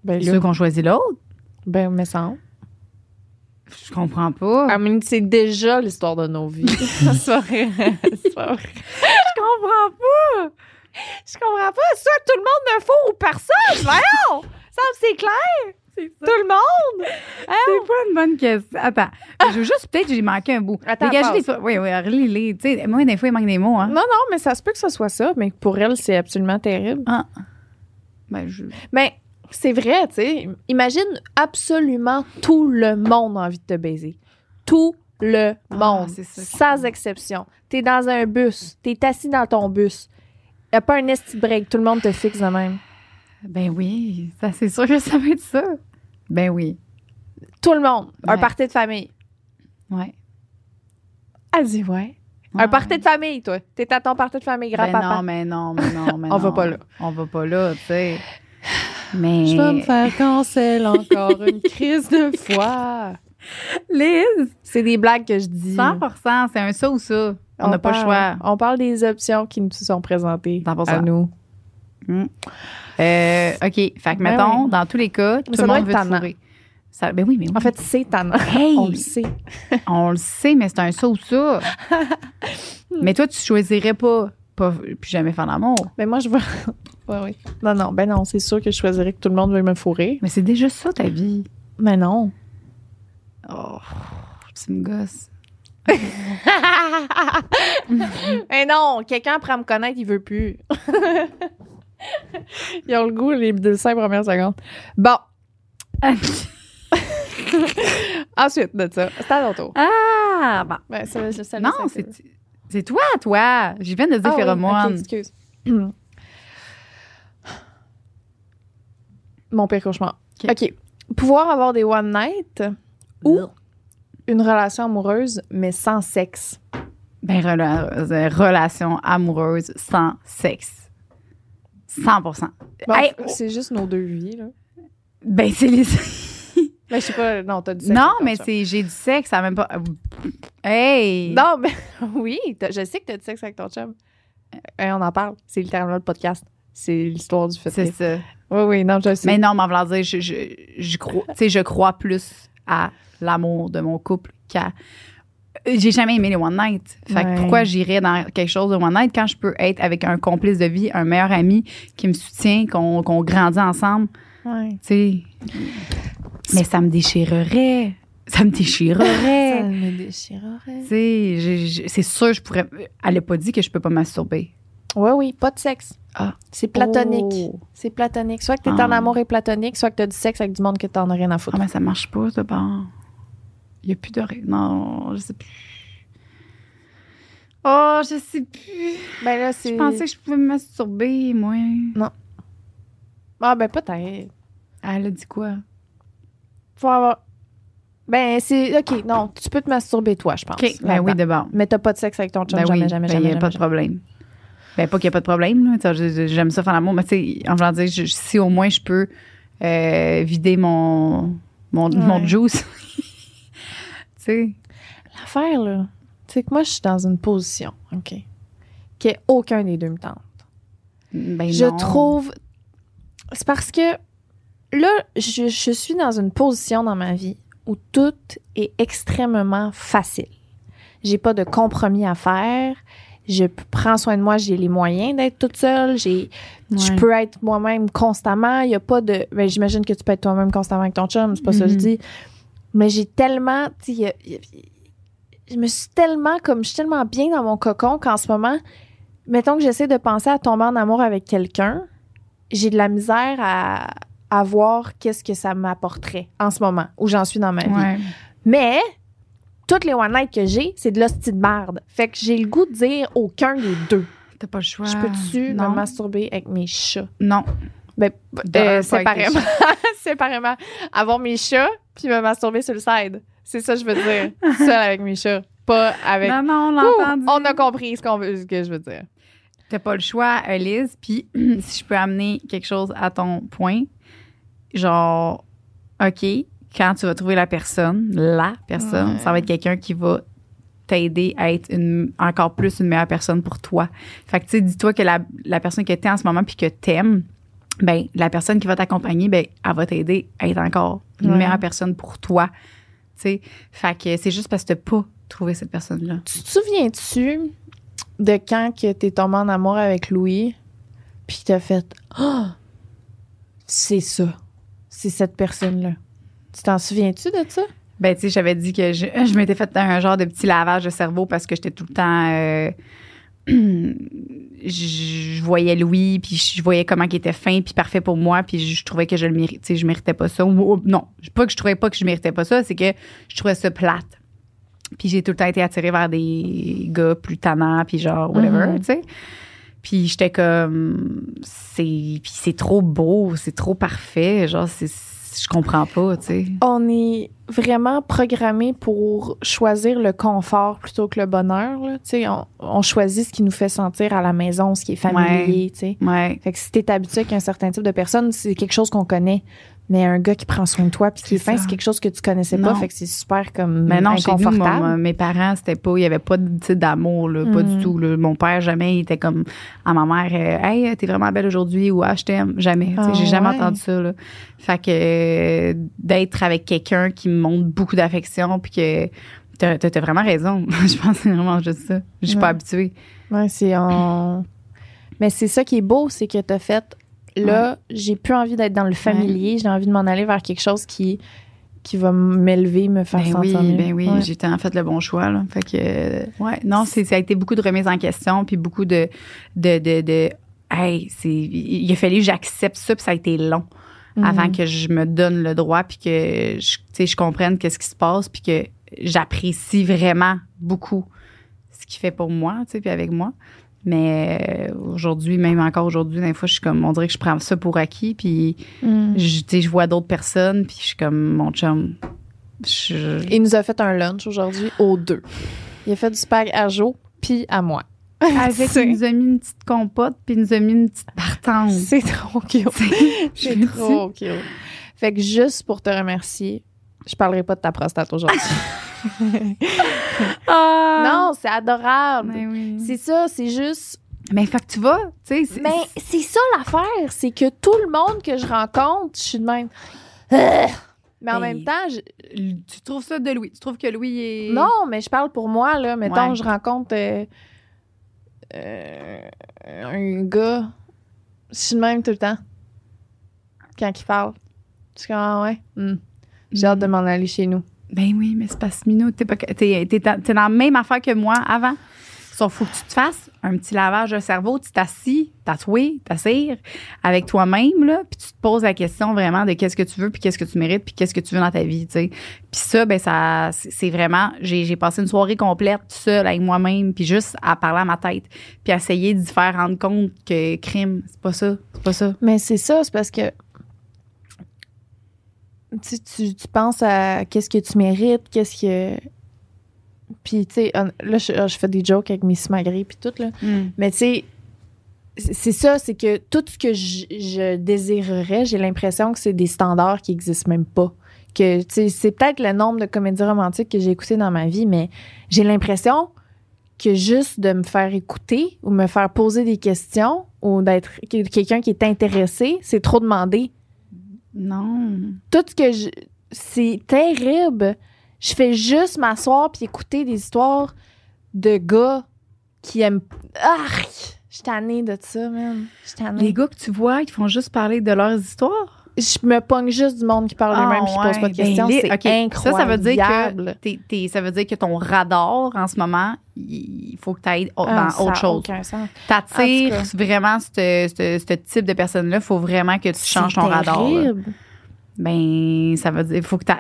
Speaker 3: Ben,
Speaker 2: Ceux qu'on choisit l'autre?
Speaker 3: ben, me semble.
Speaker 2: Je comprends pas.
Speaker 3: Ah, mais c'est déjà l'histoire de nos *laughs* vies. c'est pas vrai. C'est pas vrai.
Speaker 2: Je comprends pas.
Speaker 3: Je comprends pas. Soit tout le monde me faut ou personne. Voyons. Ça, c'est clair. Tout le monde.
Speaker 2: Ah, C'est pas une bonne question. Attends. Je veux juste, peut-être, j'ai manqué un bout.
Speaker 3: Attends,
Speaker 2: Dégager
Speaker 3: passe. Mm.
Speaker 2: les phéromones. Oui, oui, relis-les. Tu sais, moi, des fois, il manque des mots, hein.
Speaker 3: Non, non, mais ça se peut que ce soit ça. Mais pour elle, c'est absolument terrible.
Speaker 2: Ben, je-
Speaker 3: Mais c'est vrai, tu sais. Imagine absolument tout le monde a envie de te baiser. Tout le
Speaker 2: Ah,
Speaker 3: monde.
Speaker 2: c'est ça.
Speaker 3: sans exception. T'es dans un bus. T'es assis dans ton bus. Y a pas un esti de break. Tout le monde te fixe de même.
Speaker 2: Ben oui, ça c'est sûr que ça va être ça. Ben oui,
Speaker 3: Tout le monde. Un
Speaker 2: Ouais.
Speaker 3: party de famille.
Speaker 2: ouais.
Speaker 3: Elle dit ouais. Un party de famille, toi. T'es à ton party de famille,
Speaker 2: ben
Speaker 3: grand-papa.
Speaker 2: non, mais non, mais non, mais
Speaker 3: On va
Speaker 2: non.
Speaker 3: pas là.
Speaker 2: *laughs* On va pas là, tu *sighs* sais. Mais *laughs*
Speaker 3: faire cancel encore une crise de foi.
Speaker 2: Liz,
Speaker 3: C'est des blagues que je dis.
Speaker 2: 100%, c'est un ça ou ça. On n'a pas le
Speaker 3: parle-
Speaker 2: choix.
Speaker 3: On parle des options qui nous sont présentées
Speaker 2: 100%.
Speaker 3: à nous.
Speaker 2: Euh, OK, fait que
Speaker 3: Ben
Speaker 2: mettons
Speaker 3: oui.
Speaker 2: dans tous les cas, tout
Speaker 3: ça
Speaker 2: le
Speaker 3: doit
Speaker 2: monde
Speaker 3: être
Speaker 2: veut te
Speaker 3: tannant.
Speaker 2: fourrer. Ça, ben oui, mais oui. *laughs*
Speaker 3: En fait, c'est tannant.
Speaker 2: hey,
Speaker 3: On le sait.
Speaker 2: on le sait, mais c'est un ça ou *laughs* ça. mais toi tu choisirais pas pas plus jamais faire l'amour.
Speaker 3: Mais moi, je vois. *laughs* Oui, oui. Non, non, ben non, c'est sûr que je choisirais que tout le monde veuille me fourrer.
Speaker 2: Mais c'est déjà ça, ta vie.
Speaker 3: Mais non.
Speaker 2: Oh, tu me gosses.
Speaker 3: *laughs* Mais non, quelqu'un après me connaître, il veut plus. *laughs* Ils ont le goût, les deux cinq premières secondes.
Speaker 2: *laughs*
Speaker 3: Bon, *laughs* ensuite de ça, c'est à ton tour.
Speaker 2: ah, bon.
Speaker 3: Ouais, Ben, ça, je- ça- ça-
Speaker 2: Non, c'est c'est toi, toi. J'y viens de
Speaker 3: Ah
Speaker 2: dire
Speaker 3: oui,
Speaker 2: phéromones.
Speaker 3: ok, excuse. *clears throat* Mon pire cauchemar.
Speaker 2: Ok.
Speaker 3: OK. Pouvoir avoir des one night ou une relation amoureuse, mais sans sexe.
Speaker 2: Ben, rela- euh, relation amoureuse sans sexe. 100
Speaker 3: Bon,
Speaker 2: Hey,
Speaker 3: c'est juste nos deux vies, là.
Speaker 2: Ben, c'est les.
Speaker 3: Mais je sais pas, non, t'as du
Speaker 2: *laughs*
Speaker 3: sexe.
Speaker 2: non,
Speaker 3: comme
Speaker 2: mais
Speaker 3: ça.
Speaker 2: c'est j'ai du sexe, ça a même pas. Hey!
Speaker 3: Non, *laughs* mais oui, t'as- je sais que t'as du sexe avec ton chum. Et on en parle. C'est littéralement le podcast. C'est l'histoire du fait.
Speaker 2: C'est ça.
Speaker 3: Oui, oui, non, je le sais.
Speaker 2: Mais non, mais en voulant dire, je, je, je crois, tu sais, je crois plus à l'amour de mon couple qu'à. Euh, J'ai jamais aimé les one night. Fait que
Speaker 3: Ouais.
Speaker 2: pourquoi j'irais dans quelque chose de one night quand je peux être avec un complice de vie, un meilleur ami qui me soutient, qu'on qu'on grandit ensemble,
Speaker 3: Ouais.
Speaker 2: tu sais. Mais ça me déchirerait. Ça me
Speaker 3: *laughs*
Speaker 2: déchirerait.
Speaker 3: me déchirerait.
Speaker 2: Tu sais, j'ai- j'ai- c'est sûr, je pourrais. Elle a pas dit que je peux pas masturber.
Speaker 3: Oui, oui, pas de sexe.
Speaker 2: Ah.
Speaker 3: C'est platonique.
Speaker 2: Oh.
Speaker 3: C'est platonique. Soit que t'es
Speaker 2: Ah.
Speaker 3: en amour et platonique, soit que t'as du sexe avec du monde que t'en as rien à
Speaker 2: Ah,
Speaker 3: foutre.
Speaker 2: mais ça marche pas, ça, bon. Il n'y a plus de. ré- Non, je sais plus. Oh, je sais plus.
Speaker 3: Ben là,
Speaker 2: Je
Speaker 3: c'est.
Speaker 2: pensais que je pouvais me masturber, moi.
Speaker 3: Ah, ben peut-être.
Speaker 2: Elle a dit quoi?
Speaker 3: Faut avoir. Ben, c'est. OK, non, tu peux te masturber, toi, je pense.
Speaker 2: Ben oui,
Speaker 3: là-dedans.
Speaker 2: de bord.
Speaker 3: Mais t'as pas de sexe avec ton chum,
Speaker 2: Ben
Speaker 3: jamais,
Speaker 2: oui,
Speaker 3: jamais,
Speaker 2: ben,
Speaker 3: jamais.
Speaker 2: Il n'y a pas
Speaker 3: jamais,
Speaker 2: de problème. Ben, pas qu'il n'y a pas de problème, là. Tu sais, je- je- J'aime ça faire l'amour, mais tu sais, en voulant dire, je- si au moins je peux euh, vider mon, mon, mon
Speaker 3: Ouais.
Speaker 2: juice. *laughs* tu sais.
Speaker 3: L'affaire, là, c'est que moi, je suis dans une position, OK, que aucun des deux me tente.
Speaker 2: Ben
Speaker 3: Je
Speaker 2: non.
Speaker 3: trouve. C'est parce que là, je, je suis dans une position dans ma vie où tout est extrêmement facile. J'ai pas de compromis à faire. Je p- prends soin de moi, j'ai les moyens d'être toute seule, j'ai je
Speaker 2: Ouais.
Speaker 3: peux être moi-même constamment, il y a pas de ben, j'imagine que tu peux être toi-même constamment avec ton chum, c'est pas ça que je
Speaker 2: Mhm.
Speaker 3: dis. Mais j'ai tellement tu sais, il y a- il y a- je me suis tellement comme je suis tellement bien dans mon cocon qu'en ce moment mettons que j'essaie de penser à tomber en amour avec quelqu'un, j'ai de la misère à, à voir qu'est-ce que ça m'apporterait en ce moment où j'en suis dans ma vie.
Speaker 2: Ouais.
Speaker 3: Mais toutes les one night que j'ai, c'est de l'hostie de merde. Fait que j'ai le goût de dire aucun des deux.
Speaker 2: T'as pas le choix.
Speaker 3: Je peux-tu me
Speaker 2: Non.
Speaker 3: masturber avec mes chats?
Speaker 2: Non.
Speaker 3: Ben,
Speaker 2: De
Speaker 3: euh,
Speaker 2: un, pas avec tes
Speaker 3: séparément. *laughs* séparément. Avoir mes chats puis me masturber sur le side. C'est ça que je veux *laughs* dire. Seul avec mes chats. Pas avec.
Speaker 2: Non, non, on l'a
Speaker 3: Ouh,
Speaker 2: entendu.
Speaker 3: on a compris ce, qu'on veut, ce que je veux dire.
Speaker 2: T'as pas le choix, Elise. Puis, *clears throat* si je peux amener quelque chose à ton point, genre, OK, quand tu vas trouver la personne, la personne,
Speaker 3: Ouais.
Speaker 2: ça va être quelqu'un qui va t'aider à être une, encore plus une meilleure personne pour toi. Fait que, tu sais, dis-toi que la, la personne que t'es en ce moment puis que t'aimes, ben, la personne qui va t'accompagner, ben, elle va t'aider à être encore une
Speaker 3: Ouais.
Speaker 2: meilleure personne pour toi. Tu sais, fait que c'est juste parce que t'as pas trouvé cette personne-là.
Speaker 3: Tu te souviens-tu de quand que t'es tombé en amour avec Louis, puis t'as fait *gasps* Ah! c'est ça, c'est cette personne-là. Tu t'en souviens-tu de ça?
Speaker 2: Ben, tu sais, j'avais dit que je, je m'étais fait un genre de petit lavage de cerveau parce que j'étais tout le temps. euh, *clears throat* je, je voyais Louis, puis je voyais comment il était fin, puis parfait pour moi, puis je trouvais que je le méritais. Tu sais, je méritais pas ça. Ou- ou- non, pas que je trouvais pas que je méritais pas ça, c'est que je trouvais ça plate. Puis j'ai tout le temps été attirée vers des gars plus tannants, puis genre, whatever,
Speaker 3: Mhm.
Speaker 2: tu sais. Puis j'étais comme, c'est, puis c'est trop beau, c'est trop parfait, genre, c'est, je comprends pas, tu sais.
Speaker 3: On est vraiment programmé pour choisir le confort plutôt que le bonheur. Là. Tu sais, On, on choisit ce qui nous fait sentir à la maison, ce qui est familier. tu sais.
Speaker 2: Ouais.
Speaker 3: Fait que si t'es habitué avec un certain type de personne, c'est quelque chose qu'on connaît. Mais un gars qui prend soin de toi puis qui est
Speaker 2: C'est
Speaker 3: fin,
Speaker 2: ça.
Speaker 3: c'est quelque chose que tu connaissais pas.
Speaker 2: Non.
Speaker 3: Fait que c'est super comme
Speaker 2: Mais non, chez nous,
Speaker 3: inconfortable.
Speaker 2: mon- euh, mes parents, c'était pas, il y avait pas de titre d'amour, là, pas
Speaker 3: Mm.
Speaker 2: du tout. là. Mon père, jamais, il était comme à ma mère, euh, Hey, t'es vraiment belle aujourd'hui ou Ah, je t'aime. Jamais. Tu sais,
Speaker 3: Ah
Speaker 2: J'ai jamais
Speaker 3: ouais.
Speaker 2: entendu ça. là. Fait que euh, d'être avec quelqu'un qui me montre beaucoup d'affection, puis que t'as t'as- t'as *laughs* vraiment raison. je pense que c'est vraiment juste ça. Je suis
Speaker 3: Ouais.
Speaker 2: pas habituée. *laughs*
Speaker 3: Ouais, c'est on. Mais c'est ça qui est beau, c'est que t'as fait. Là, j'ai plus envie d'être dans le familier. J'ai envie de m'en aller vers quelque chose qui, qui va m'élever, me faire
Speaker 2: Ben oui,
Speaker 3: sentir mieux.
Speaker 2: ben oui,
Speaker 3: Ouais.
Speaker 2: j'étais en fait le bon choix. Là. Fait que, euh, ouais, non, c'est, ça a été beaucoup de remises en question, puis beaucoup de, de, de, de- hey, c'est, il a fallu que j'accepte ça, puis ça a été long
Speaker 3: Mhm.
Speaker 2: avant que je me donne le droit, puis que je, tu sais, je comprenne qu'est-ce qui se passe, puis que j'apprécie vraiment beaucoup ce qu'il fait pour moi, tu sais, puis avec moi. Mais euh, aujourd'hui, même encore aujourd'hui, des fois, je suis comme, on dirait que je prends ça pour acquis, puis
Speaker 3: Mm.
Speaker 2: je, tu sais, je vois d'autres personnes, puis je suis comme, mon chum, je,
Speaker 3: *laughs* Il nous a fait un lunch aujourd'hui aux deux. Il a fait du spag à Jo puis à moi.
Speaker 2: Avec,
Speaker 3: Ah, C'est-
Speaker 2: il nous a mis une petite compote, puis il nous a mis une petite partante.
Speaker 3: Hmm. C'est trop cute. C'est
Speaker 2: me
Speaker 3: *laughs* trop cute. Fait que juste pour te remercier, je parlerai pas de ta prostate *laughs* aujourd'hui.
Speaker 2: Ah!
Speaker 3: non, c'est adorable.
Speaker 2: Mais oui.
Speaker 3: C'est ça, c'est juste.
Speaker 2: Mais fait que tu vas, tu sais. c'est-
Speaker 3: Mais c'est ça l'affaire, c'est que tout le monde que je rencontre, je suis de même. Ugh. Euh. Mais en
Speaker 2: Ben,
Speaker 3: même temps, je-
Speaker 2: Tu trouves ça de Louis. Tu trouves que Louis est.
Speaker 3: non, mais je parle pour moi, là. Mettons,
Speaker 2: Ouais.
Speaker 3: je rencontre euh, euh, un gars, je suis de même tout le temps quand il parle. Je suis comme, ah ouais, hmm. j'ai hâte de m'en aller chez nous.
Speaker 2: Ben oui, mais c'est pas ce minot. T'es, pas... t'es, t'es dans t'es dans la même affaire que moi avant. Sauf faut que tu te fasses un petit lavage de cerveau. Tu t'assis, tatoué, t'assires avec toi-même, là, puis tu te poses la question vraiment de qu'est-ce que tu veux, puis qu'est-ce que tu mérites, puis qu'est-ce que tu veux dans ta vie, tu sais. Puis ça, ben ça, c'est c'est vraiment, j'ai j'ai passé une soirée complète toute seule avec moi-même, puis juste à parler à ma tête, puis à essayer d'y faire rendre compte que crime, c'est pas ça, c'est pas ça.
Speaker 3: Mais c'est ça, c'est parce que tu, sais, tu, tu penses à qu'est-ce que tu mérites, qu'est-ce que. Puis, tu sais, hon- là, je, je fais des jokes avec Miss Magri puis tout, là.
Speaker 2: Hmm. Mm.
Speaker 3: Mais, tu sais, c'est c'est ça, c'est que tout ce que je, je désirerais, j'ai l'impression que c'est des standards qui existent même pas. Que, tu sais, c'est peut-être le nombre de comédies romantiques que j'ai écoutées dans ma vie, mais j'ai l'impression que juste de me faire écouter ou me faire poser des questions ou d'être quel- quelqu'un qui est intéressé, c'est trop demandé.
Speaker 2: Non.
Speaker 3: Tout ce que je. C'est terrible. Je fais juste m'asseoir puis écouter des histoires de gars qui aiment. Arc! Je suis tannée de ça, man. Je suis tannée.
Speaker 2: Les gars que tu vois, ils font juste parler de leurs histoires.
Speaker 3: Je me pogne juste du monde qui parle
Speaker 2: Ah,
Speaker 3: d'eux-mêmes qui pose pas
Speaker 2: ouais.
Speaker 3: de
Speaker 2: Ben,
Speaker 3: questions.
Speaker 2: les-
Speaker 3: c'est
Speaker 2: ok,
Speaker 3: incroyable.
Speaker 2: Ça, ça veut dire que t'es- t'es- ça veut dire que ton radar en ce moment, il il faut que tu ailles au-
Speaker 3: Ah,
Speaker 2: dans
Speaker 3: ça
Speaker 2: autre
Speaker 3: a
Speaker 2: chose.
Speaker 3: aucun sens. En
Speaker 2: T'attires
Speaker 3: tout
Speaker 2: vraiment ce ce- ce type de personne-là. faut vraiment que tu changes ton
Speaker 3: C'est
Speaker 2: radar. là.
Speaker 3: terrible.
Speaker 2: Ben, ça veut dire faut que t'a-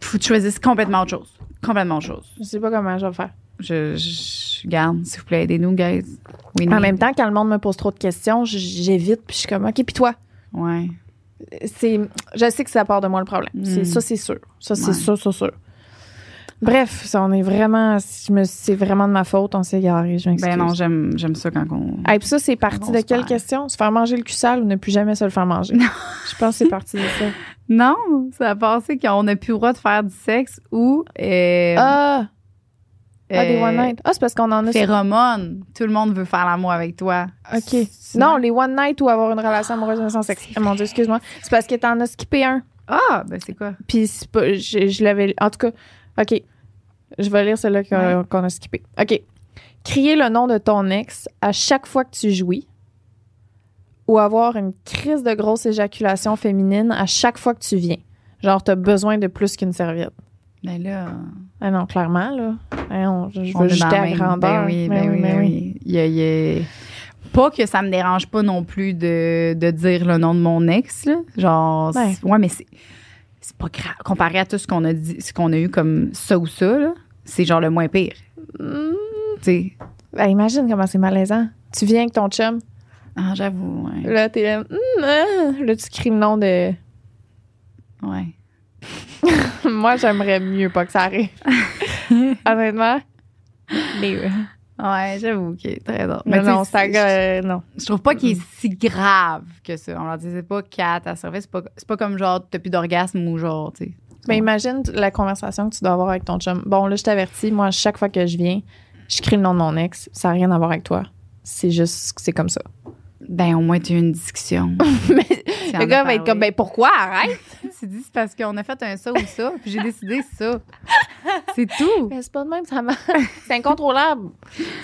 Speaker 2: faut que tu choisisses complètement autre chose. Complètement autre chose.
Speaker 3: Je sais pas comment je vais faire.
Speaker 2: Je, je garde, s'il vous plaît, aidez-nous, guys. Oui,
Speaker 3: En même temps, quand le monde me pose trop de questions, j- j'évite puis je suis comme, OK, puis toi?
Speaker 2: Ouais.
Speaker 3: c'est je sais que ça part de moi le problème.
Speaker 2: Mm.
Speaker 3: C'est ça c'est sûr. Ça c'est
Speaker 2: Ouais.
Speaker 3: sûr, sûr, sûr. Bref, ça on est vraiment je me- c'est vraiment de ma faute, on s'est garé, je m'excuse.
Speaker 2: Ben non, j'aime j'aime ça quand on.
Speaker 3: Hey, puis ça c'est parti
Speaker 2: On
Speaker 3: de
Speaker 2: se
Speaker 3: quelle
Speaker 2: perd.
Speaker 3: question Se faire manger le cul sale ou ne plus jamais se le faire manger Je pense que c'est parti de
Speaker 2: *laughs*
Speaker 3: ça.
Speaker 2: Non, ça a passé qu'on n'a plus le droit de faire du sexe ou. euh,
Speaker 3: Ah, ah, des
Speaker 2: euh,
Speaker 3: one night. Ah, c'est parce qu'on en a
Speaker 2: phéromones. Tout le monde veut faire l'amour avec toi.
Speaker 3: OK.
Speaker 2: C'est-
Speaker 3: Non, les one night ou avoir une relation amoureuse mais sans sexe.
Speaker 2: C'est
Speaker 3: Ah, Mon dieu, excuse-moi. C'est parce que t'en as skippé un.
Speaker 2: Ah, ben c'est quoi?
Speaker 3: Puis c'est pas- je, je l'avais. En tout cas, OK. Je vais lire celle-là qu'on
Speaker 2: Ouais.
Speaker 3: qu'on a skippé. OK. Crier le nom de ton ex à chaque fois que tu jouis ou avoir une crise de grosse éjaculation féminine à chaque fois que tu viens. Genre, t'as besoin de plus qu'une serviette.
Speaker 2: Ben là,
Speaker 3: Ah non, clairement, là. Ah non, je je
Speaker 2: on
Speaker 3: veux
Speaker 2: est dans
Speaker 3: jeter
Speaker 2: la
Speaker 3: à
Speaker 2: même.
Speaker 3: grandeur.
Speaker 2: Ben oui, ben, oui, ben
Speaker 3: ben
Speaker 2: oui. Il y a- il y a- Pas que ça me dérange pas non plus de, de dire le nom de mon ex, là. Genre,
Speaker 3: Ouais.
Speaker 2: c'est- ouais, mais c'est, c'est pas grave. Comparé à tout ce qu'on a dit, ce qu'on a eu comme ça ou ça, là, c'est genre le moins pire.
Speaker 3: Mm.
Speaker 2: Tu sais.
Speaker 3: Ben, imagine comment c'est malaisant. Tu viens avec ton chum,
Speaker 2: Ah, j'avoue, ouais.
Speaker 3: là, t'es là. Mm, ah. Là, tu cries le nom de.
Speaker 2: ouais.
Speaker 3: *laughs* Moi, j'aimerais mieux pas que ça arrive. Honnêtement. Mais
Speaker 2: Ouais, j'avoue, ok, très drôle.
Speaker 3: Mais
Speaker 2: tu sais,
Speaker 3: non, ça,
Speaker 2: c'est-
Speaker 3: euh, non.
Speaker 2: je trouve pas qu'il est si grave que ça. On leur dit, c'est pas catastrophique. C'est pas, c'est pas comme genre, t'as plus d'orgasme ou genre, tu sais.
Speaker 3: Mais imagine la conversation que tu dois avoir avec ton chum. Bon, là, je t'avertis, moi, chaque fois que je viens, je crie le nom de mon ex. Ça n'a rien à voir avec toi. C'est juste, que c'est comme ça. *laughs*
Speaker 2: *laughs* Ben, au moins, t'as eu une discussion.
Speaker 3: Mais le gars va être comme, ben pourquoi, arrête?
Speaker 2: tu dis c'est parce qu'on a fait un ça ou ça, puis j'ai décidé *laughs* ça. C'est tout.
Speaker 3: Mais c'est pas de même, ça marche. C'est incontrôlable.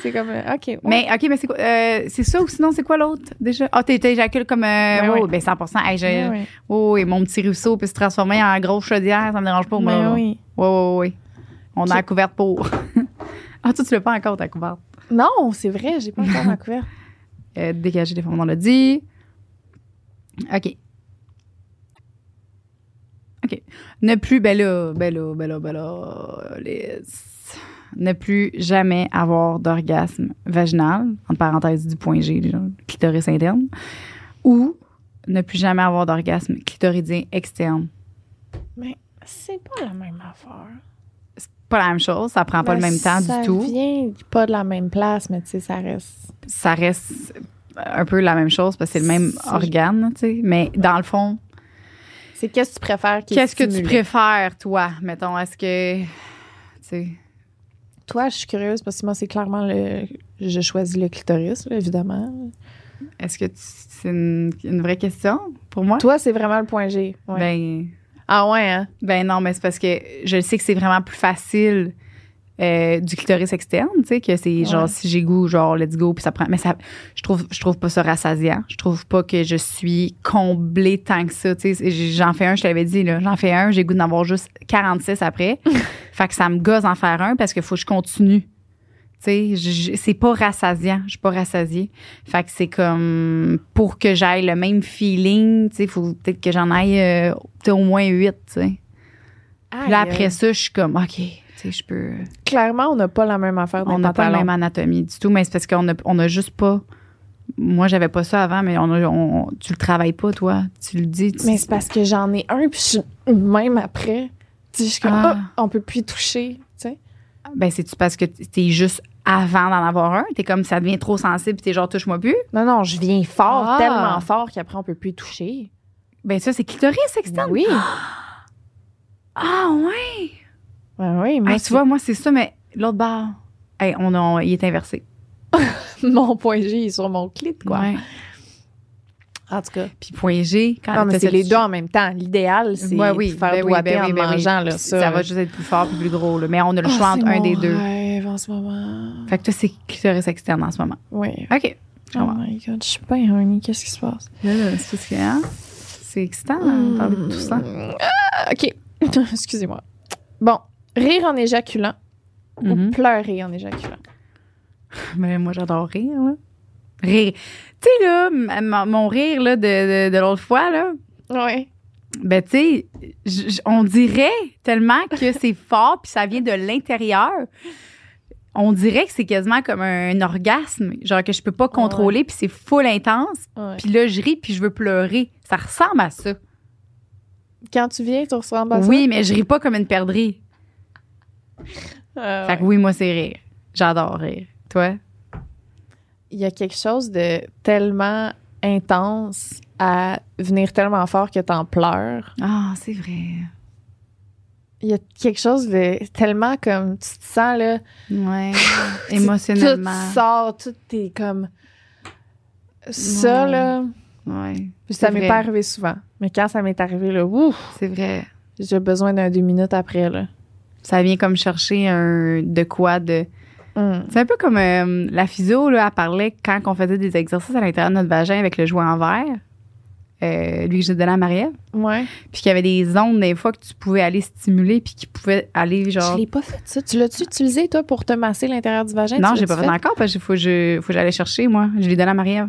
Speaker 3: c'est comme, euh, OK. ouais.
Speaker 2: Mais OK, mais c'est quoi euh, c'est ça ou sinon c'est quoi l'autre déjà Ah t'es t'éjacules comme euh,
Speaker 3: Ben
Speaker 2: oh,
Speaker 3: oui.
Speaker 2: ben 100 hey, j'ai-
Speaker 3: Mais oui.
Speaker 2: oh, et mon petit ruisseau peut se transformer en grosse chaudière, ça me dérange pas moi.
Speaker 3: Mais
Speaker 2: là.
Speaker 3: oui.
Speaker 2: Ouais ouais ouais. On
Speaker 3: Qui-
Speaker 2: a la couverte pour. *laughs* ah toi tu l'as pas encore ta couverte.
Speaker 3: Non, c'est vrai, j'ai pas encore ma couverte.
Speaker 2: Euh, dégager les formes, on l'a dit. OK. OK. Ne plus, ben là, ben là, ben là, ben là, Liz. Ne plus jamais avoir d'orgasme vaginal, entre parenthèses du point G, là, clitoris interne, ou ne plus jamais avoir d'orgasme clitoridien externe.
Speaker 3: C'est pas la même affaire.
Speaker 2: C'est pas la même chose, ça prend pas le
Speaker 3: Ben,
Speaker 2: même temps du tout.
Speaker 3: Ça vient pas de la même place, mais tu sais, ça reste.
Speaker 2: ça reste un peu la même chose parce que c'est le même
Speaker 3: C'est-
Speaker 2: organe, tu sais. Mais dans le fond,
Speaker 3: C'est qu'est-ce que tu préfères qui est
Speaker 2: Qu'est-ce que tu
Speaker 3: stimulé.
Speaker 2: préfères, toi, mettons? Est-ce que. Tu sais.
Speaker 3: Toi, je suis curieuse parce que moi, c'est clairement le. Je choisis le clitoris, là, évidemment.
Speaker 2: Est-ce que tu- c'est une, une vraie question pour moi?
Speaker 3: Toi, c'est vraiment le point G. ouais.
Speaker 2: Ben,
Speaker 3: ah ouais, hein?
Speaker 2: ben non, mais c'est parce que je sais que c'est vraiment plus facile euh, du clitoris externe, tu sais, que c'est
Speaker 3: Ouais.
Speaker 2: genre si j'ai goût, genre let's go, puis ça prend. Mais ça, je trouve, je trouve pas ça rassasiant. Je trouve pas que je suis comblée tant que ça, tu sais. J'ai- J'en fais un, je t'avais dit, là. J'en fais un, j'ai goût d'en avoir juste 46 après. fait que ça me gosse en faire un parce que faut que je continue. Tu sais, je- je- c'est pas rassasiant. Je suis pas rassasiée. Fait que c'est comme pour que j'aille le même feeling, tu sais, faut peut-être que j'en aille euh, peut-être au moins 8, tu sais. Puis là,
Speaker 3: Aïe,
Speaker 2: après
Speaker 3: euh,
Speaker 2: ça, je suis comme, OK, tu sais, je peux.
Speaker 3: Clairement, on n'a pas la même affaire dans
Speaker 2: On
Speaker 3: les
Speaker 2: n'a pas la
Speaker 3: pantalons.
Speaker 2: même anatomie du tout, mais c'est parce qu'on n'a on a juste pas. Moi, j'avais pas ça avant, mais on a- on- tu le travailles pas, toi. Tu le dis. tu-
Speaker 3: Mais c'est parce que j'en ai un, puis je suis- même après. Tu sais, je suis comme,
Speaker 2: Ah.
Speaker 3: Ah, on peut plus y toucher. Tu sais?
Speaker 2: Ben, c'est-tu parce que t'es juste avant d'en avoir un? T'es comme, ça devient trop sensible, puis t'es genre, touche-moi plus.
Speaker 3: Non, non, je viens fort,
Speaker 2: Ah.
Speaker 3: tellement fort qu'après, on peut plus y toucher.
Speaker 2: Ben, ça, c'est clitoris externe.
Speaker 3: Oui.
Speaker 2: Ah, ouais.
Speaker 3: Ben oui, moi,
Speaker 2: Hey,
Speaker 3: c'est-
Speaker 2: Ah, tu vois, moi, c'est ça, mais l'autre barre, hey, on, a- on- il est inversé.
Speaker 3: *laughs* mon point G est sur mon clit, quoi.
Speaker 2: Ouais.
Speaker 3: En tout cas.
Speaker 2: Puis point G, quand
Speaker 3: Non, Ah, mais
Speaker 2: Ah, t'as
Speaker 3: c'est
Speaker 2: cette-
Speaker 3: les deux en même temps. L'idéal, c'est
Speaker 2: Ouais, oui,
Speaker 3: de faire
Speaker 2: ben oui,
Speaker 3: doigter
Speaker 2: ben
Speaker 3: en
Speaker 2: oui, ben oui.
Speaker 3: mangeant, là,
Speaker 2: Puis
Speaker 3: ça.
Speaker 2: va juste être plus fort puis plus gros, là. Mais on a le
Speaker 3: Oh,
Speaker 2: choix
Speaker 3: c'est
Speaker 2: entre un
Speaker 3: mon
Speaker 2: des deux.
Speaker 3: rêve en ce moment.
Speaker 2: Fait que toi, c'est clitoris externe en ce moment.
Speaker 3: Oui.
Speaker 2: OK. Je
Speaker 3: Oh
Speaker 2: comprends.
Speaker 3: my God, je suis pas horny. Qu'est-ce qui se passe?
Speaker 2: Là, là, c'est parce que, hein, c'est excitant hein, de parler de tout ça.
Speaker 3: Ah, OK. *laughs* Excusez-moi. Bon, rire en éjaculant ou Mm-hmm.
Speaker 2: Mhm.
Speaker 3: pleurer en éjaculant.
Speaker 2: *laughs* Mais moi, j'adore rire, là. Rire. Tu sais, là, m- m- mon rire là, de, de, de l'autre fois, là,
Speaker 3: Oui.
Speaker 2: ben, tu sais, j- j- on dirait tellement que *laughs* c'est fort puis ça vient de l'intérieur. On dirait que c'est quasiment comme un orgasme, genre que je peux pas contrôler puis c'est full intense.
Speaker 3: Ouais.
Speaker 2: Puis là, je ris puis je veux pleurer. Ça ressemble à ça.
Speaker 3: Quand tu viens, tu ressembles à
Speaker 2: oui, mais je ris pas comme une perdrix.
Speaker 3: ça. Ah,
Speaker 2: Fait que
Speaker 3: ouais.
Speaker 2: oui, moi, c'est rire. J'adore rire. Toi?
Speaker 3: Il y a quelque chose de tellement intense à venir tellement fort que t'en pleures.
Speaker 2: Ah, c'est vrai.
Speaker 3: Il y a quelque chose de tellement comme tu te sens là
Speaker 2: Ouais.
Speaker 3: Tout
Speaker 2: Émotionnellement.
Speaker 3: sort, tout est comme. Ça,
Speaker 2: Ouais.
Speaker 3: là,
Speaker 2: Ouais.
Speaker 3: ça m'est
Speaker 2: vrai.
Speaker 3: pas arrivé souvent. Mais quand ça m'est arrivé, là, ouf,
Speaker 2: C'est vrai.
Speaker 3: j'ai besoin d'un deux minutes après, là.
Speaker 2: Ça vient comme chercher un de quoi de.
Speaker 3: Hmm.
Speaker 2: C'est un peu comme euh, la physio, là, elle parlait quand on faisait des exercices à l'intérieur de notre vagin avec le jouet en verre, euh, lui que j'ai donné à Marielle,
Speaker 3: Ouais.
Speaker 2: puis qu'il y avait des zones des fois que tu pouvais aller stimuler, puis qui pouvaient aller genre.
Speaker 3: Je l'ai pas fait, ça. Tu l'as-tu utilisé, toi, pour te masser l'intérieur du vagin?
Speaker 2: Non,
Speaker 3: Tu
Speaker 2: j'ai
Speaker 3: l'as-tu
Speaker 2: pas fait encore parce qu'il faut, que je- faut que j'aille chercher, moi. Je l'ai donné à Marie-Ève.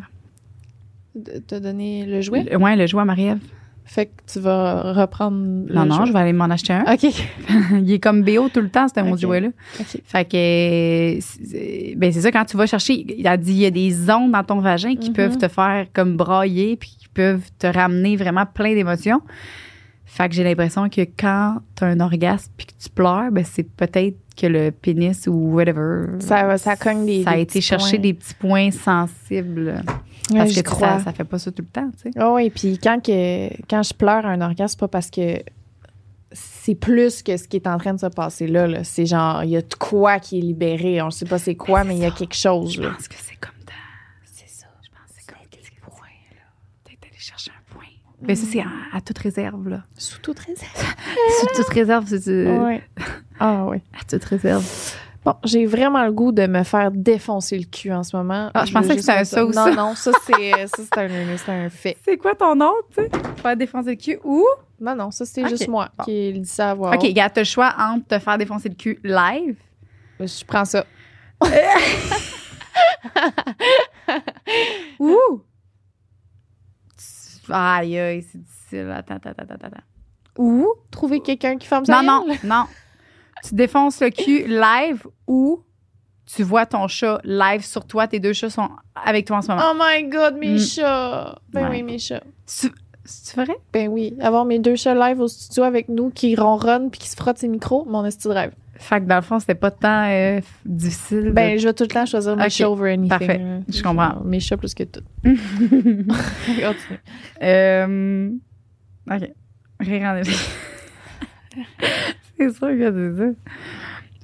Speaker 3: De- T'as donné le jouet?
Speaker 2: Le- Ouais, le jouet à Marie-Ève.
Speaker 3: Fait que tu vas reprendre le
Speaker 2: Non, non, je
Speaker 3: jouet.
Speaker 2: vais aller m'en acheter un. *laughs*
Speaker 3: OK.
Speaker 2: Il est comme BO tout le temps, c'était mon
Speaker 3: Ok.
Speaker 2: jouet-là.
Speaker 3: OK.
Speaker 2: Fait que, euh, c'est- ben c'est ça, quand tu vas chercher, il a dit, il y a des zones dans ton vagin qui
Speaker 3: Mhm.
Speaker 2: peuvent te faire comme brailler, puis qui peuvent te ramener vraiment plein d'émotions. Fait que j'ai l'impression que quand tu as un orgasme puis que tu pleures, ben c'est peut-être que le pénis ou whatever.
Speaker 3: Ça va- ça cogne des-
Speaker 2: Ça a
Speaker 3: des
Speaker 2: été
Speaker 3: petits
Speaker 2: chercher
Speaker 3: points.
Speaker 2: des petits points sensibles.
Speaker 3: Ouais,
Speaker 2: Parce
Speaker 3: j'y
Speaker 2: que
Speaker 3: crois.
Speaker 2: ça, ça fait pas ça tout le temps, tu sais.
Speaker 3: Ah oui, puis quand, que, quand je pleure un orgasme, c'est pas parce que c'est plus que ce qui est en train de se passer là. là. C'est genre, il y a de quoi qui est libéré. On sait pas c'est quoi, mais il y a quelque chose.
Speaker 2: Je
Speaker 3: Là.
Speaker 2: pense que c'est comme ça. C'est ça. Je pense que c'est comme des points, là. Peut-être aller chercher un point. Mais Ben, ça, c'est à, à toute réserve, là.
Speaker 3: Sous toute réserve.
Speaker 2: Sous toute réserve, c'est du-
Speaker 3: Ouais. Ah oui.
Speaker 2: à toute réserve.
Speaker 3: Bon, j'ai vraiment le goût de me faire défoncer le cul en ce moment.
Speaker 2: Ah, je pensais
Speaker 3: veux
Speaker 2: que
Speaker 3: juste
Speaker 2: c'était un
Speaker 3: mettre
Speaker 2: ça ou ça.
Speaker 3: Non, non, ça, c'est euh, ça, c'est un, c'est un fait.
Speaker 2: C'est quoi ton nom, tu sais? Faire défoncer le cul ou.
Speaker 3: Non, non, ça, c'est
Speaker 2: Ok.
Speaker 3: juste moi
Speaker 2: Bon.
Speaker 3: qui dit ça à voix
Speaker 2: OK, gars, t'as le choix entre te faire défoncer le cul live.
Speaker 3: haute. Euh, Je prends ça.
Speaker 2: Ouh! Ah. Aïe, aïe, c'est difficile. Attends, attends, attends, attends, attends.
Speaker 3: Ou trouver quelqu'un qui ferme sa
Speaker 2: Non, non,
Speaker 3: gueule.
Speaker 2: non. Tu défonces le cul live ou tu vois ton chat live sur toi. Tes deux chats sont avec toi en ce moment.
Speaker 3: Oh my God, mes
Speaker 2: Mm.
Speaker 3: chats. Ben
Speaker 2: Ouais.
Speaker 3: oui, mes chats.
Speaker 2: C'est c'est vrai?
Speaker 3: Ben oui, avoir mes deux chats live au studio avec nous qui ronronnent puis qui se frottent ses micros, mon esti de rêve.
Speaker 2: Fait que dans le fond, c'était pas tant euh, difficile. de-
Speaker 3: Ben, je vais tout le temps choisir mes
Speaker 2: Ok,
Speaker 3: chats over anything.
Speaker 2: parfait.
Speaker 3: là.
Speaker 2: Je comprends.
Speaker 3: Mes chats plus
Speaker 2: *laughs*
Speaker 3: que tout. Continue.
Speaker 2: Euh, OK. Rire en effet. *laughs* C'est sûr que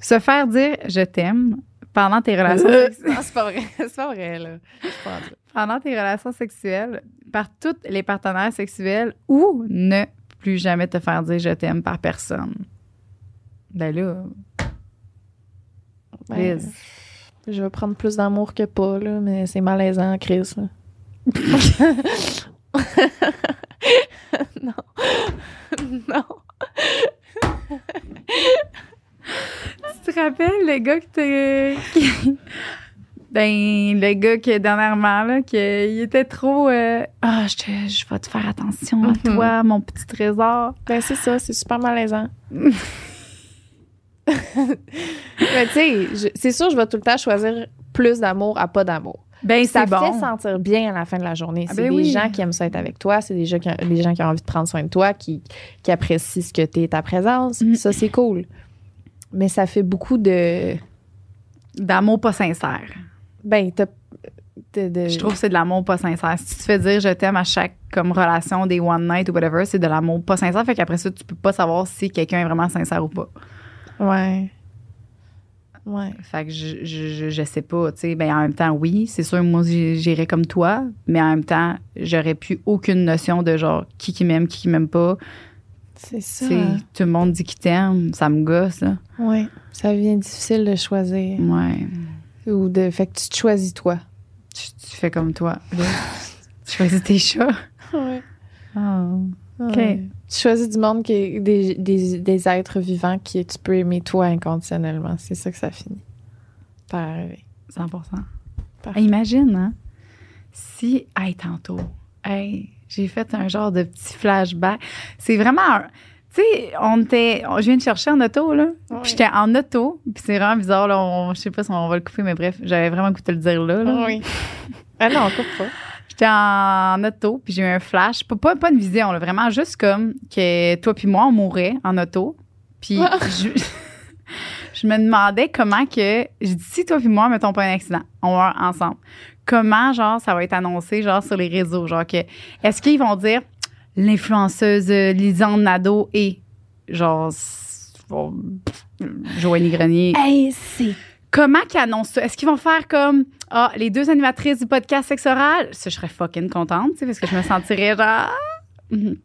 Speaker 2: c'est ça. Se faire dire « je t'aime » pendant tes
Speaker 3: *laughs*
Speaker 2: relations sexuelles.
Speaker 3: Non, Ah, c'est pas vrai. C'est pas vrai, là. Je suis pas en train.
Speaker 2: pendant tes relations sexuelles par tous les partenaires sexuels ou ne plus jamais te faire dire je t'aime par personne. Ben là,
Speaker 3: Ouais.
Speaker 2: Liz.
Speaker 3: Ben, Je vais prendre plus d'amour que pas, là, mais c'est malaisant, Chris.
Speaker 2: *laughs*
Speaker 3: là. *laughs* non. *laughs* non.
Speaker 2: Tu te rappelles le gars que t'es. qui- *laughs* Ben, le gars que dernièrement, là, qu'il était trop. euh, Ah, je, te- je vais te faire attention à
Speaker 3: Mhm.
Speaker 2: toi, mon petit trésor.
Speaker 3: Ben, c'est ça, c'est super *laughs* malaisant. mais tu sais, je- c'est sûr, je vais tout le temps choisir plus d'amour à pas d'amour.
Speaker 2: Ben,
Speaker 3: Ça
Speaker 2: c'est bon.
Speaker 3: fait sentir bien à la fin de la journée.
Speaker 2: Ah
Speaker 3: c'est
Speaker 2: ben
Speaker 3: des
Speaker 2: oui.
Speaker 3: gens qui aiment ça être avec toi, c'est des, gens qui ont- des gens qui ont envie de prendre soin de toi, qui, qui apprécient ce que t'es, ta présence.
Speaker 2: Mm.
Speaker 3: Ça, c'est cool. Mais ça fait beaucoup de...
Speaker 2: D'amour pas sincère.
Speaker 3: Ben, t'as... de- de-
Speaker 2: Je trouve que c'est de l'amour pas sincère. Si tu te fais dire je t'aime à chaque comme relation des one night ou whatever, c'est de l'amour pas sincère. Fait qu'après ça, tu peux pas savoir si quelqu'un est vraiment sincère ou pas.
Speaker 3: Ouais. Ouais.
Speaker 2: Fait que je, je, je- je sais pas, tu sais. Ben en même temps, oui, c'est sûr, moi, j'- j'irais comme toi, mais en même temps, j'aurais plus aucune notion de genre qui qui m'aime, qui qui m'aime pas.
Speaker 3: C'est ça.
Speaker 2: Tu sais, tout le monde dit qu'il t'aime, ça me gosse, là.
Speaker 3: Ouais. Ça devient difficile de choisir.
Speaker 2: Ouais.
Speaker 3: Ou de... Fait que tu te choisis toi.
Speaker 2: Tu, tu fais comme toi. *laughs* tu choisis tes chats.
Speaker 3: Ouais.
Speaker 2: OK.
Speaker 3: Tu choisis du monde qui est des, des, des êtres vivants qui tu peux aimer toi inconditionnellement. C'est ça que ça finit. Par arriver.
Speaker 2: 100
Speaker 3: Parfait.
Speaker 2: Hey, Imagine, hein, si, hey, tantôt, hey, j'ai fait un genre de petit flashback. C'est vraiment, un- tu sais, on était, on- je viens de chercher en auto, là.
Speaker 3: Ouais.
Speaker 2: Puis j'étais en auto, puis c'est vraiment bizarre, là. on- je sais pas si on va le couper, mais bref, j'avais vraiment goûté le dire là. là.
Speaker 3: Oui. *laughs* ah non, coupe pas.
Speaker 2: J'étais en auto, puis j'ai eu un flash. Pas, pas, pas une vision, là, vraiment juste comme que toi puis moi, on mourait en auto. Puis
Speaker 3: Ah.
Speaker 2: *laughs* je, je me demandais comment que... J'ai dit, si toi puis moi, mettons pas un accident, on meurt ensemble. Comment, genre, ça va être annoncé, genre, sur les réseaux? Genre que... Est-ce qu'ils vont dire l'influenceuse euh, Lisanne Nadeau et, genre, s- bon, Joanie Grenier
Speaker 3: Hey, c'est.
Speaker 2: Comment qu'ils annoncent ça? Est-ce qu'ils vont faire comme Ah, les deux animatrices du podcast Sexe Oral? Ça, je serais fucking contente, tu sais, parce que je me sentirais genre. Mhm.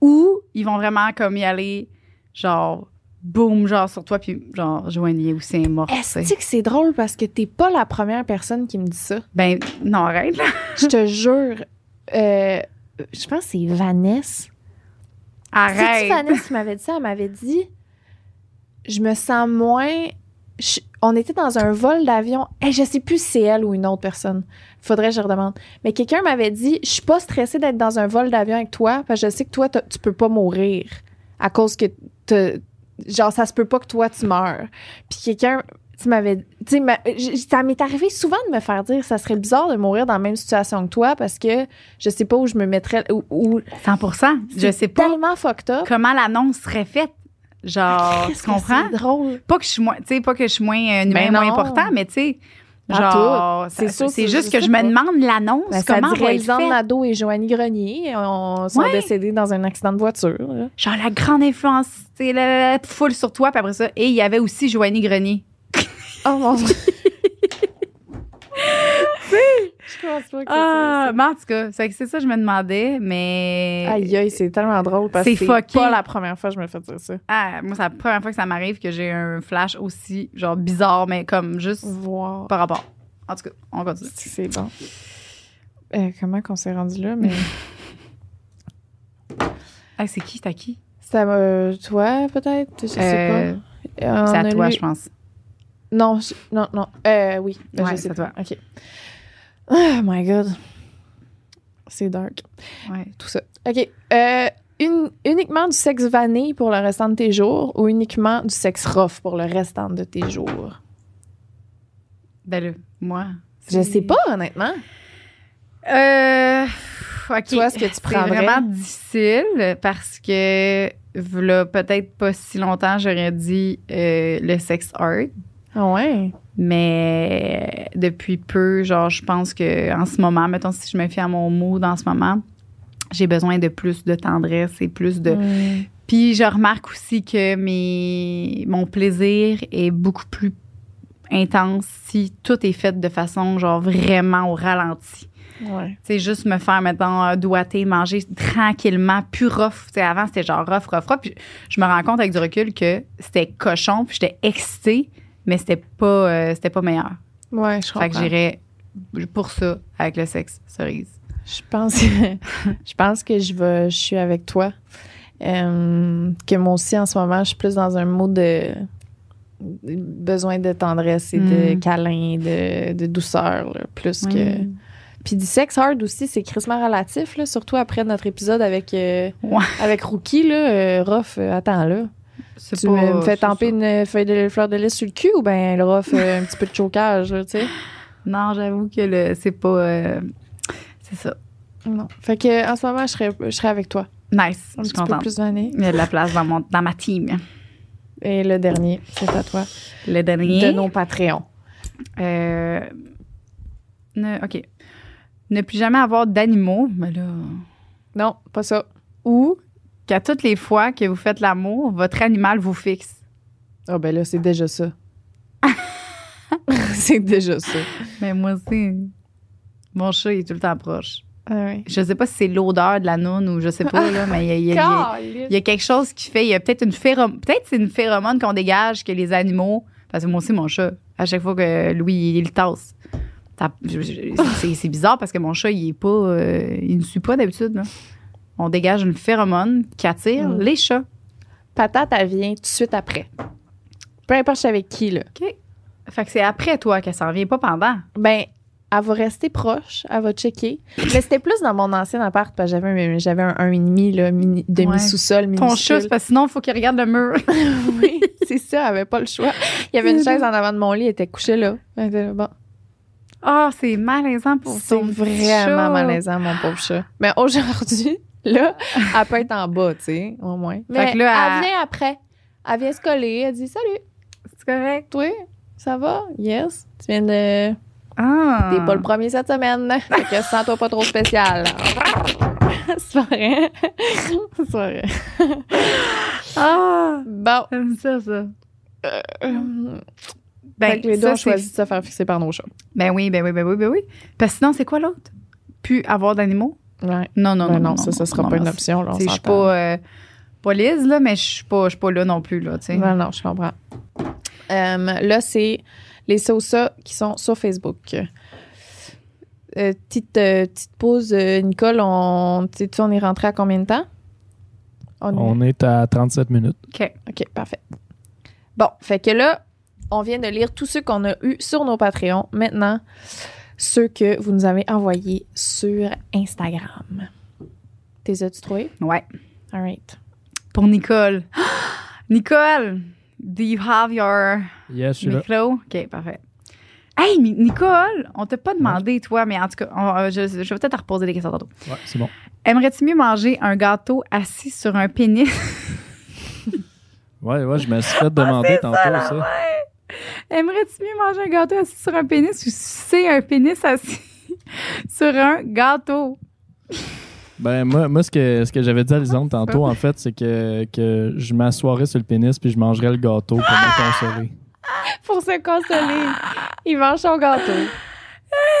Speaker 2: Ou ils vont vraiment comme y aller, genre, boum, genre sur toi, puis genre, Joanie aussi est morte. tu
Speaker 3: Est-ce
Speaker 2: sais.
Speaker 3: que c'est drôle parce que t'es pas la première personne qui me dit ça?
Speaker 2: Ben, non, arrête, là.
Speaker 3: Je te *laughs* jure. euh, je pense que c'est Vanessa. C'est-tu
Speaker 2: Arrête.
Speaker 3: Vanessa qui m'avait dit ça? Elle m'avait dit Je me sens moins. je- on était dans un vol d'avion. et je sais plus si c'est elle ou une autre personne. Faudrait que je redemande. Mais quelqu'un m'avait dit Je suis pas stressée d'être dans un vol d'avion avec toi parce que je sais que toi, t'as- tu peux pas mourir à cause que. t'as- Genre, ça se peut pas que toi, tu meurs. Puis quelqu'un. Tu m'avais. Tu sais, ma- j- ça m'est arrivé souvent de me faire dire ça serait bizarre de mourir dans la même situation que toi parce que je sais pas où je me mettrais. Où, où-
Speaker 2: 100 Je
Speaker 3: c'est
Speaker 2: sais pas
Speaker 3: Tellement fucked up.
Speaker 2: comment l'annonce serait faite. Genre,
Speaker 3: Ah,
Speaker 2: Ah,
Speaker 3: Qu'est-ce
Speaker 2: tu
Speaker 3: que
Speaker 2: comprends?
Speaker 3: C'est drôle.
Speaker 2: Pas que je suis moins, tu sais, pas que je suis moins euh, une humaine
Speaker 3: Ben
Speaker 2: moins
Speaker 3: non.
Speaker 2: important, mais tu sais,
Speaker 3: Pas
Speaker 2: genre,
Speaker 3: C'est
Speaker 2: ça-
Speaker 3: sûr,
Speaker 2: c'est
Speaker 3: c'est-
Speaker 2: juste
Speaker 3: je
Speaker 2: que
Speaker 3: sais
Speaker 2: je me
Speaker 3: pas.
Speaker 2: demande l'annonce,
Speaker 3: Ben, ça
Speaker 2: comment va
Speaker 3: dirait
Speaker 2: être faite.
Speaker 3: Lisanne Nadeau et Joanie Grenier on, sont
Speaker 2: Ouais.
Speaker 3: décédés dans un accident de voiture. là.
Speaker 2: genre la grande influence, c'est la, la- la foule sur toi, puis après ça. Et il y avait aussi Oh,
Speaker 3: *laughs*
Speaker 2: Joanie Grenier.
Speaker 3: Oh mon dieu. Je pense pas que
Speaker 2: Ah, mais en tout cas, fait que c'est ça que je me demandais, mais.
Speaker 3: ça. Aïe, aïe, c'est tellement drôle parce
Speaker 2: C'est
Speaker 3: que
Speaker 2: fucké.
Speaker 3: c'est pas la première fois que je me fais dire ça.
Speaker 2: Ah, moi, c'est la première fois que ça m'arrive que j'ai un flash aussi, genre bizarre, mais comme juste
Speaker 3: Voir.
Speaker 2: par rapport. En tout cas, on continue.
Speaker 3: C'est bon. Euh, comment qu'on s'est rendu
Speaker 2: *laughs*
Speaker 3: là, mais...
Speaker 2: Ah, c'est qui? C'est à qui?
Speaker 3: Ça m'a... Toi, peut-être? Je sais
Speaker 2: Euh,
Speaker 3: pas. Euh,
Speaker 2: C'est
Speaker 3: on
Speaker 2: à
Speaker 3: a
Speaker 2: toi,
Speaker 3: lu-
Speaker 2: je pense.
Speaker 3: Non, je- non, non. Euh, oui,
Speaker 2: Ouais,
Speaker 3: je
Speaker 2: c'est
Speaker 3: sais
Speaker 2: à
Speaker 3: pas.
Speaker 2: toi.
Speaker 3: OK. Oh my God. C'est dark.
Speaker 2: Ouais.
Speaker 3: Tout ça. OK. Euh, une- uniquement du sexe vanille pour le restant de tes jours ou uniquement du sexe rough pour le restant de tes jours?
Speaker 2: Ben là, moi.
Speaker 3: Je
Speaker 2: c'est-
Speaker 3: sais pas, honnêtement.
Speaker 2: Euh, pff, ok.
Speaker 3: Toi, ce que tu
Speaker 2: C'est
Speaker 3: prendrais?
Speaker 2: vraiment difficile parce que, voilà, peut-être pas si longtemps, j'aurais dit euh, le sex art.
Speaker 3: Ah ouais?
Speaker 2: Mais depuis peu, genre, je pense que en ce moment, mettons, si je me fie à mon mood en ce moment, j'ai besoin de plus de tendresse et plus de.
Speaker 3: Hmm.
Speaker 2: Puis je remarque aussi que mes, mon plaisir est beaucoup plus intense si tout est fait de façon, genre, vraiment au ralenti.
Speaker 3: Ouais.
Speaker 2: Tu sais, juste me faire, mettons, euh, doigter, manger tranquillement, plus rough. Tu sais, avant, c'était genre rough, rough, rough. Puis je me rends compte avec du recul que c'était cochon, puis j'étais excitée, mais c'était pas, euh, c'était pas meilleur.
Speaker 3: Ouais, je
Speaker 2: Fait que
Speaker 3: comprends.
Speaker 2: j'irais pour ça avec le sexe, cerise.
Speaker 3: Je pense, je pense que *laughs* je vais, je suis avec toi. Euh, que moi aussi, en ce moment, je suis plus dans un mot de de besoin de tendresse et
Speaker 2: Mm.
Speaker 3: de câlin, de, de douceur, là, plus que. Puis du sex hard aussi, c'est crissement relatif, là, surtout après notre épisode avec, euh,
Speaker 2: Ouais.
Speaker 3: avec Rookie, là, euh, Rof, euh, attends là.
Speaker 2: C'est
Speaker 3: Tu
Speaker 2: pas-
Speaker 3: me me fais
Speaker 2: c'est
Speaker 3: tamper
Speaker 2: ça.
Speaker 3: une feuille de fleur de lys sur le cul ou ben le Rof, euh, un petit peu de chocage, là,
Speaker 2: *laughs*
Speaker 3: tu sais?
Speaker 2: Non, j'avoue que le, c'est pas. euh, c'est ça.
Speaker 3: Non. Fait que en ce moment, je serais, je serais avec toi.
Speaker 2: Nice.
Speaker 3: Un
Speaker 2: je suis
Speaker 3: petit peu
Speaker 2: contente.
Speaker 3: plus vanné.
Speaker 2: Il y a de la place dans, mon, dans ma team.
Speaker 3: Et le dernier, c'est à toi.
Speaker 2: Le dernier.
Speaker 3: de nos Patreons.
Speaker 2: Euh, ne, OK. Ne plus jamais avoir d'animaux, mais là.
Speaker 3: Non, pas ça.
Speaker 2: Ou qu'à toutes les fois que vous faites l'amour, votre animal vous fixe.
Speaker 3: Ah ben là, c'est déjà *laughs* ça. c'est déjà ça.
Speaker 2: Mais moi aussi. Mon chat, il est tout le temps proche.
Speaker 3: Ah oui.
Speaker 2: Je sais pas si c'est l'odeur de la noune ou je sais pas, là, mais il y a- il y a- il y a, Il y a quelque chose qui fait, il y a peut-être une phéromone, peut-être c'est une phéromone qu'on dégage que les animaux, parce que moi aussi mon chat, à chaque fois que Louis il le tasse, ça- je- je- c'est c'est bizarre parce que mon chat il est pas, euh, il ne suit pas d'habitude. là. On dégage une phéromone qui attire
Speaker 3: Mm.
Speaker 2: les chats.
Speaker 3: Patate, elle vient tout de suite après. Peu importe je suis avec qui, là.
Speaker 2: Ok. Fait que c'est après toi qu'elle s'en vient, pas pendant.
Speaker 3: Ben, elle va rester proche, elle va checker. Mais c'était plus dans mon ancien appart, parce que j'avais un, j'avais un 1,5, là, mini- demi-sous-sol,
Speaker 2: Ton chat, c'est
Speaker 3: minuscule.
Speaker 2: parce que sinon il faut qu'il regarde le mur.
Speaker 3: *laughs*
Speaker 2: *laughs*
Speaker 3: Oui, c'est ça, elle avait pas le choix. Il y avait *laughs* une chaise en avant de mon lit, elle était couchée là. Elle était là, bon.
Speaker 2: Ah, c'est malaisant pour
Speaker 3: C'est
Speaker 2: ton petit
Speaker 3: vraiment
Speaker 2: chat.
Speaker 3: malaisant, mon pauvre chat. Mais aujourd'hui, *laughs* là, elle peut être en bas, tu sais, au moins. Mais
Speaker 2: que là,
Speaker 3: elle,
Speaker 2: elle-
Speaker 3: vient après. Elle vient se coller. Elle dit Salut,
Speaker 2: C'est correct.
Speaker 3: toi, ça va? Yes. Tu viens de.
Speaker 2: Ah.
Speaker 3: T'es pas le premier cette semaine. *laughs* Fait que sens-toi pas trop spécial. *laughs* C'est pas vrai. *laughs* C'est pas *laughs* vrai.
Speaker 2: Ah.
Speaker 3: Bon.
Speaker 2: J'aime ça, ça.
Speaker 3: Ben,
Speaker 2: Ben,
Speaker 3: fait que les deux
Speaker 2: ça,
Speaker 3: ont
Speaker 2: c'est
Speaker 3: choisi de se faire fixer par nos chats.
Speaker 2: Ben oui, ben oui, ben oui, ben oui. Parce que sinon, c'est quoi l'autre? Plus avoir d'animaux?
Speaker 3: Ouais.
Speaker 2: Non, non,
Speaker 3: Non,
Speaker 2: non,
Speaker 3: Ben non, ça, ça sera
Speaker 2: non,
Speaker 3: pas
Speaker 2: non,
Speaker 3: une option. Là,
Speaker 2: Tu
Speaker 3: on
Speaker 2: sais, Je suis
Speaker 3: s'entend.
Speaker 2: pas euh, police, là, mais je suis pas, je suis pas là non plus, là, tu sais.
Speaker 3: Non, non, je comprends. Euh, là, c'est les ça ou ça qui sont sur Facebook. Euh, petite, euh, petite pause, euh, Nicole, on, tu sais, on est rentré à combien de temps? On est-
Speaker 4: On est à 37 minutes.
Speaker 2: OK.
Speaker 3: OK, parfait. Bon, fait que là, on vient de lire tous ceux qu'on a eus sur nos Patreons. Maintenant, ceux que vous nous avez envoyés sur Instagram. T'es as-tu trouvé?
Speaker 2: Ouais.
Speaker 3: All right.
Speaker 2: Pour Nicole. *gasps* Nicole, do you have your
Speaker 4: Yes, je suis là.
Speaker 2: micro? OK, parfait. Hey, Ni- Nicole, on t'a pas demandé, toi, mais en tout cas, on- euh, je, je vais peut-être te reposer des questions tantôt.
Speaker 4: Ouais, c'est bon.
Speaker 2: Aimerais-tu mieux manger un gâteau assis sur un pénis?
Speaker 4: Ouais, ouais, je me suis fait
Speaker 3: Ah,
Speaker 4: demander tantôt ça.
Speaker 2: Ah Aimerais-tu mieux manger un gâteau assis sur un pénis ou sucer un pénis assis *laughs* sur un gâteau?
Speaker 4: Ben, moi, moi ce que, ce que j'avais dit à Lisande
Speaker 3: Ah,
Speaker 4: tantôt, en fait, c'est que, que je m'assoirais sur le pénis puis je mangerais le gâteau pour me consoler.
Speaker 3: Ah! Pour se consoler, il mange son gâteau. Euh,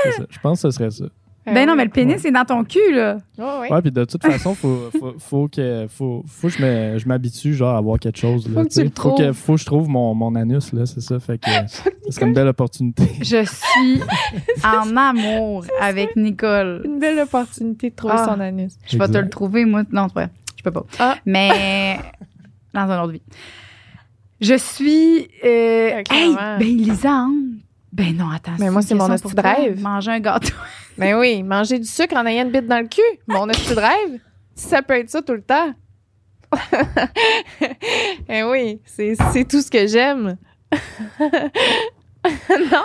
Speaker 4: C'est ça. Je pense que ce serait ça.
Speaker 2: Ben non, mais le pénis est dans ton cul, là.
Speaker 3: Oh, oui.
Speaker 4: Ouais, puis de toute façon, faut, faut, faut que, faut, faut que je me- je m'habitue genre, à avoir quelque chose. là,
Speaker 3: Faut que
Speaker 4: t'sais.
Speaker 3: tu le
Speaker 4: faut, que,
Speaker 3: trouves.
Speaker 4: faut que je trouve mon, mon anus, là, c'est ça.
Speaker 3: *laughs*
Speaker 4: Fait que c'est une belle opportunité.
Speaker 2: Je *laughs* suis en amour avec Nicole.
Speaker 3: Une belle opportunité de trouver
Speaker 2: Ah.
Speaker 3: son anus.
Speaker 2: Je vais te
Speaker 4: Exact.
Speaker 2: le trouver, moi. Non, c'est pas vrai. Je peux pas.
Speaker 3: Ah.
Speaker 2: *laughs* Mais dans une autre vie. Je suis. euh,
Speaker 3: Euh,
Speaker 2: hey,
Speaker 3: clairement.
Speaker 2: ben, Lisanne. Ben non, attends.
Speaker 3: Mais moi,
Speaker 2: une
Speaker 3: c'est mon
Speaker 2: question pour
Speaker 3: esti de
Speaker 2: toi.
Speaker 3: rêve.
Speaker 2: Manger un gâteau. *laughs*
Speaker 3: Ben oui, manger du sucre en ayant une bite dans le cul. Mon esti de rêve. Ça peut être ça tout le temps. *laughs* Eh oui, c'est c'est tout ce que j'aime. *laughs* non,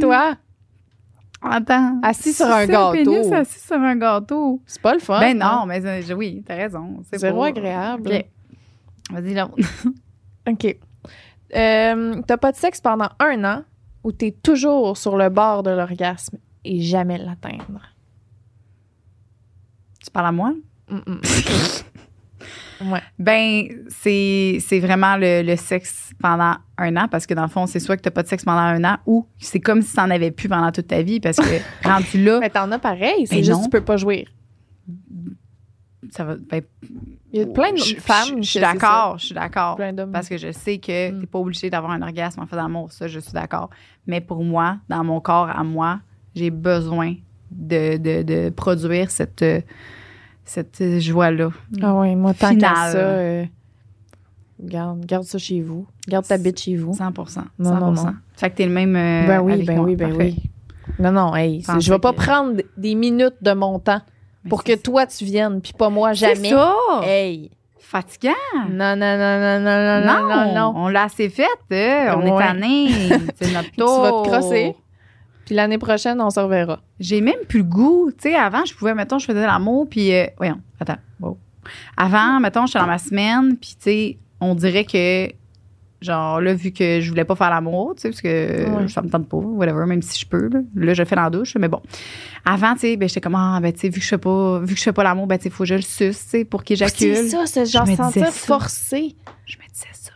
Speaker 3: toi,
Speaker 2: Attends.
Speaker 3: assis sur un
Speaker 2: Sucer le pénis
Speaker 3: gâteau.
Speaker 2: assis sur un gâteau.
Speaker 3: C'est pas le fun.
Speaker 2: Ben non,
Speaker 3: hein.
Speaker 2: mais euh, je- oui, t'as raison. C'est
Speaker 3: Zéro
Speaker 2: pas-
Speaker 3: agréable.
Speaker 2: Ok. Vas-y, là.
Speaker 3: OK. Euh, T'as pas de sexe pendant un an ou t'es toujours sur le bord de l'orgasme et jamais l'atteindre.
Speaker 2: *laughs* Tu parles à moi?
Speaker 3: Mm-mm.
Speaker 2: Ben, c'est c'est vraiment le, le sexe pendant un an parce que dans le fond, c'est soit que t'as pas de sexe pendant un an ou c'est comme si t'en avais plus pendant toute ta vie parce
Speaker 3: *laughs*
Speaker 2: que rendu là,
Speaker 3: Mais t'en as pareil, c'est
Speaker 2: Ben
Speaker 3: juste
Speaker 2: non.
Speaker 3: que tu peux pas jouer.
Speaker 2: ça va. Ben,
Speaker 3: Il y a plein de
Speaker 2: Oh, je-
Speaker 3: femmes.
Speaker 2: je- Je suis
Speaker 3: que c'est ça.
Speaker 2: d'accord, je suis d'accord.
Speaker 3: Plein d'hommes.
Speaker 2: Parce que je sais que
Speaker 3: Mm.
Speaker 2: t'es pas obligé d'avoir un orgasme en faisant l'amour, ça, je suis d'accord. Mais pour moi, dans mon corps, à moi, j'ai besoin de, de, de produire cette, euh, cette euh, joie-là.
Speaker 3: Ah oui, moi, tant
Speaker 2: Finale.
Speaker 3: qu'à ça, euh, garde, garde ça chez vous. Garde ta bite chez vous.
Speaker 2: 100 100
Speaker 3: Non, non, non.
Speaker 2: Fait que t'es le même. euh,
Speaker 3: ben oui,
Speaker 2: avec
Speaker 3: ben
Speaker 2: moi.
Speaker 3: oui, ben
Speaker 2: Parfait.
Speaker 3: oui. Non, non, hey, c'est-
Speaker 2: Pensez
Speaker 3: je vais pas
Speaker 2: que-
Speaker 3: prendre des minutes de mon temps
Speaker 2: Mais
Speaker 3: pour que
Speaker 2: Ben, c'est-
Speaker 3: toi, tu viennes, puis pas moi,
Speaker 2: C'est
Speaker 3: jamais.
Speaker 2: ça! Ah.
Speaker 3: Hey!
Speaker 2: Fatigant!
Speaker 3: Non, non, non, non, non, non, non, non. Ben
Speaker 2: On l'a assez faite, euh, on
Speaker 3: Ouais.
Speaker 2: est
Speaker 3: *laughs*
Speaker 2: tanné. C'est notre tour.
Speaker 3: vas te crosser. Puis l'année prochaine, on se reverra.
Speaker 2: J'ai même plus le goût. Tu sais, avant, je pouvais, mettons, je faisais l'amour, puis. euh, voyons, attends. wow. Avant, mettons, j'étais dans ma semaine, puis, tu sais, on dirait que. Genre, là, vu que je voulais pas faire l'amour, tu sais, parce que euh,
Speaker 3: Ouais.
Speaker 2: ça me tente pas, whatever, même si je peux, là. Là, je le fais dans la douche, mais bon. Avant, tu sais, ben, j'étais comme, ah, ben, tu sais, vu que je fais pas, vu que je fais pas l'amour, ben, tu sais, faut que je le suce, tu sais, pour qu'il
Speaker 3: Ah, C'est
Speaker 2: éjacule.
Speaker 3: ça, c'est genre
Speaker 2: Je me disais
Speaker 3: sentir
Speaker 2: ça.
Speaker 3: forcé.
Speaker 2: Je me disais ça.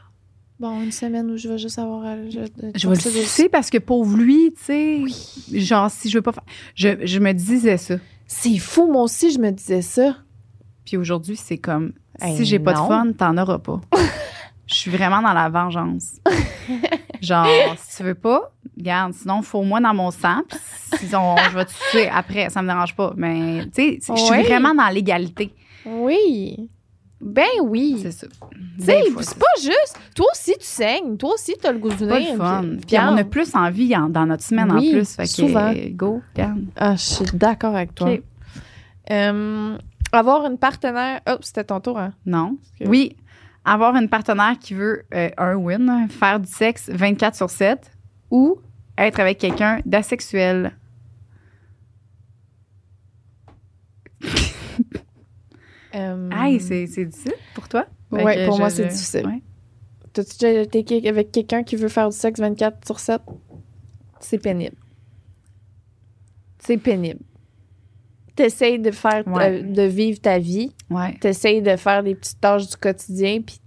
Speaker 3: Bon, une semaine où je vais juste avoir... à- Je,
Speaker 2: Je vais le sucer parce que pauvre lui, tu sais. Genre, si je veux pas faire. Je, je me disais ça.
Speaker 3: C'est fou, moi aussi, je me disais ça.
Speaker 2: Puis aujourd'hui, c'est comme
Speaker 3: Hey,
Speaker 2: si j'ai pas de
Speaker 3: non.
Speaker 2: fun, t'en auras
Speaker 3: *laughs*
Speaker 2: pas. Je suis vraiment dans la vengeance. Genre, si tu veux pas, garde, sinon, faut-moi dans mon sang, puis si on- je vais te sucer après, ça me dérange pas. Mais, tu sais, je suis
Speaker 3: Ouais.
Speaker 2: vraiment dans l'égalité.
Speaker 3: Oui. Ben oui.
Speaker 2: C'est ça.
Speaker 3: Tu sais,
Speaker 2: Des fois,
Speaker 3: c'est pas juste. Toi aussi, tu saignes. Toi aussi, t'as le goût du
Speaker 2: c'est pas
Speaker 3: nez.
Speaker 2: le fun. Puis on a plus envie en- dans notre semaine
Speaker 3: Oui,
Speaker 2: en plus. Fait que,
Speaker 3: souvent.
Speaker 2: euh, go, garde.
Speaker 3: Ah, je suis d'accord avec toi.
Speaker 2: Ok.
Speaker 3: Euh, avoir une partenaire. Oh, c'était ton tour, hein?
Speaker 2: Non.
Speaker 3: que-
Speaker 2: Oui. Avoir une partenaire qui veut euh, un win, faire du sexe 24 sur 7 ou être avec quelqu'un d'asexuel.
Speaker 3: Euh,
Speaker 2: Aïe, c'est c'est difficile pour toi? Fait
Speaker 3: Ouais,
Speaker 2: que
Speaker 3: pour
Speaker 2: je-
Speaker 3: moi,
Speaker 2: je-
Speaker 3: c'est difficile.
Speaker 2: ouais.
Speaker 3: T'as-tu déjà été qui- avec quelqu'un qui veut faire du sexe 24 sur 7? C'est pénible. C'est pénible. T'essayes de faire, ta-
Speaker 2: Ouais.
Speaker 3: de vivre ta vie.
Speaker 2: Ouais.
Speaker 3: T'essayes de faire des petites tâches du quotidien, puis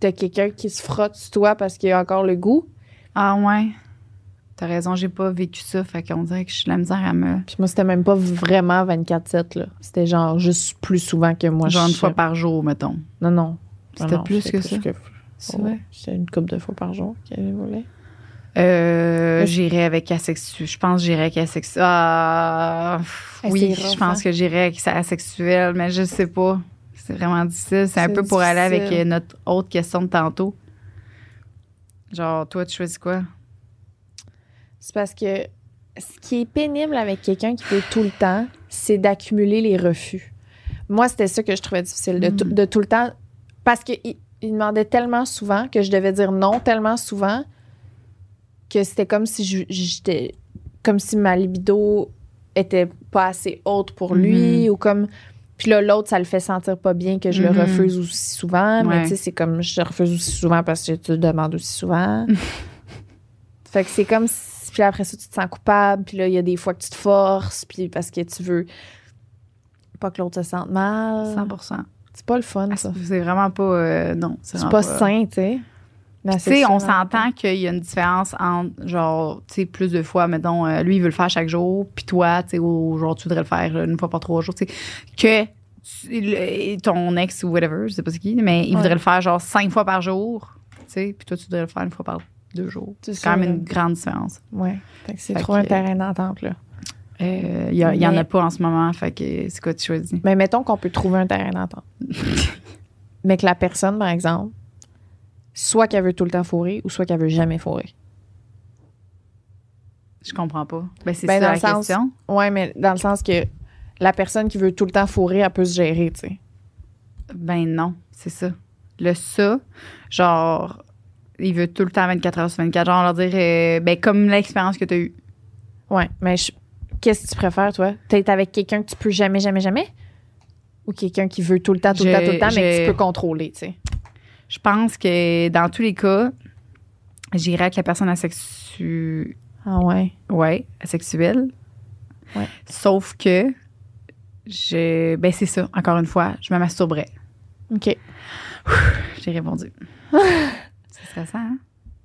Speaker 3: t'as quelqu'un qui se frotte sur toi parce qu'il a encore le goût.
Speaker 2: Ah, ouais. T'as raison, j'ai pas vécu ça. Fait qu'on dirait que je suis la misère à me.
Speaker 3: Puis moi, c'était même pas vraiment 24-7, là. C'était genre juste plus souvent que moi.
Speaker 2: genre
Speaker 3: je-
Speaker 2: une fois par jour, mettons.
Speaker 3: Non, non.
Speaker 2: C'était
Speaker 3: Non, non,
Speaker 2: plus
Speaker 3: c'était
Speaker 2: que ça. C'est
Speaker 3: Ouais,
Speaker 2: vrai?
Speaker 3: C'était une couple de fois par jour qu'elle voulait.
Speaker 2: Euh,
Speaker 3: Est-ce-
Speaker 2: j'irai avec asexuel. Je pense que j'irai avec asexuel. Ah,
Speaker 3: Ah,
Speaker 2: oui,
Speaker 3: c'est rough,
Speaker 2: je pense
Speaker 3: hein?
Speaker 2: que j'irai avec ça- asexuel, mais je sais pas. C'est vraiment difficile. C'est un
Speaker 3: C'est
Speaker 2: peu pour aller avec
Speaker 3: difficile.
Speaker 2: euh, notre autre question de tantôt. Genre, toi, tu choisis quoi?
Speaker 3: C'est parce que ce qui est pénible avec quelqu'un qui fait tout le temps, c'est d'accumuler les refus. Moi, c'était ça que je trouvais difficile, de, tout-
Speaker 2: Mm.
Speaker 3: de tout le temps. Parce qu'il il demandait tellement souvent que je devais dire non tellement souvent que c'était comme si je- j'étais. Comme si ma libido était pas assez haute
Speaker 2: Mm-hmm.
Speaker 3: pour lui ou comme. Puis là, l'autre, ça le fait sentir pas bien que je
Speaker 2: Mhm.
Speaker 3: le refuse aussi souvent. Mais
Speaker 2: Ouais.
Speaker 3: tu sais, c'est comme je te refuse aussi souvent parce que tu le demandes aussi souvent. Fait que c'est comme si, puis après ça, tu te sens coupable, puis là, il y a des fois que tu te forces, puis parce que tu veux pas que l'autre se sente mal.
Speaker 2: 100
Speaker 3: Euh, C'est pas le fun,
Speaker 2: Ah,
Speaker 3: ça.
Speaker 2: C'est vraiment pas. euh, non.
Speaker 3: C'est
Speaker 2: vraiment
Speaker 3: pas sain, tu sais. Ben,
Speaker 2: Tu sais,
Speaker 3: ça.
Speaker 2: on s'entend qu'il y a une différence entre, genre, tu sais, plus de fois, mettons, euh, lui, il veut le faire chaque jour, puis toi, tu sais, au- genre, tu voudrais le faire euh, une fois par trois jours, tu sais, que tu- le- ton ex ou whatever, je sais pas c'est qui, mais il
Speaker 3: Ouais.
Speaker 2: voudrait le faire, genre, cinq fois par jour, tu sais, puis toi, tu voudrais le faire une fois par deux jours.
Speaker 3: C'est
Speaker 2: C'est quand
Speaker 3: ça,
Speaker 2: même
Speaker 3: là.
Speaker 2: une grande différence.
Speaker 3: Ouais. Fait que c'est
Speaker 2: Fait
Speaker 3: trop
Speaker 2: que-
Speaker 3: un terrain d'entente, là.
Speaker 2: Euh, Il y, a- il y en a
Speaker 3: Mais-
Speaker 2: pas en ce moment, fait que c'est quoi tu choisis?
Speaker 3: Mais mettons qu'on peut trouver un
Speaker 2: *laughs*
Speaker 3: terrain d'entente. mais que la personne, par exemple, soit qu'elle veut tout le temps fourrer ou soit qu'elle veut jamais fourrer.
Speaker 2: Je comprends pas. Ben, c'est ça
Speaker 3: Ben, dans
Speaker 2: la
Speaker 3: le sens-
Speaker 2: question.
Speaker 3: Ouais, mais dans le sens que la personne qui veut tout le temps fourrer, elle peut se gérer, tu sais.
Speaker 2: Ben non, c'est ça. Le ça, genre, il veut tout le temps 24 heures sur 24. Genre, leur dire, euh, ben, comme l'expérience que tu as eue.
Speaker 3: Ouais, mais je- qu'est-ce que tu préfères, toi? T'es avec quelqu'un que tu peux jamais, jamais, jamais? Ou quelqu'un qui veut tout le temps, tout le
Speaker 2: Je-
Speaker 3: temps, tout le temps, mais que
Speaker 2: je-
Speaker 3: tu peux contrôler, tu sais?
Speaker 2: Je pense que dans tous les cas, j'irai avec la personne asexu...
Speaker 3: Ah ouais.
Speaker 2: ouais, asexuelle.
Speaker 3: Ouais.
Speaker 2: Sauf que, je... ben, c'est ça, encore une fois, je me masturberais.
Speaker 3: OK.
Speaker 2: J'ai répondu. c'est stressant, hein?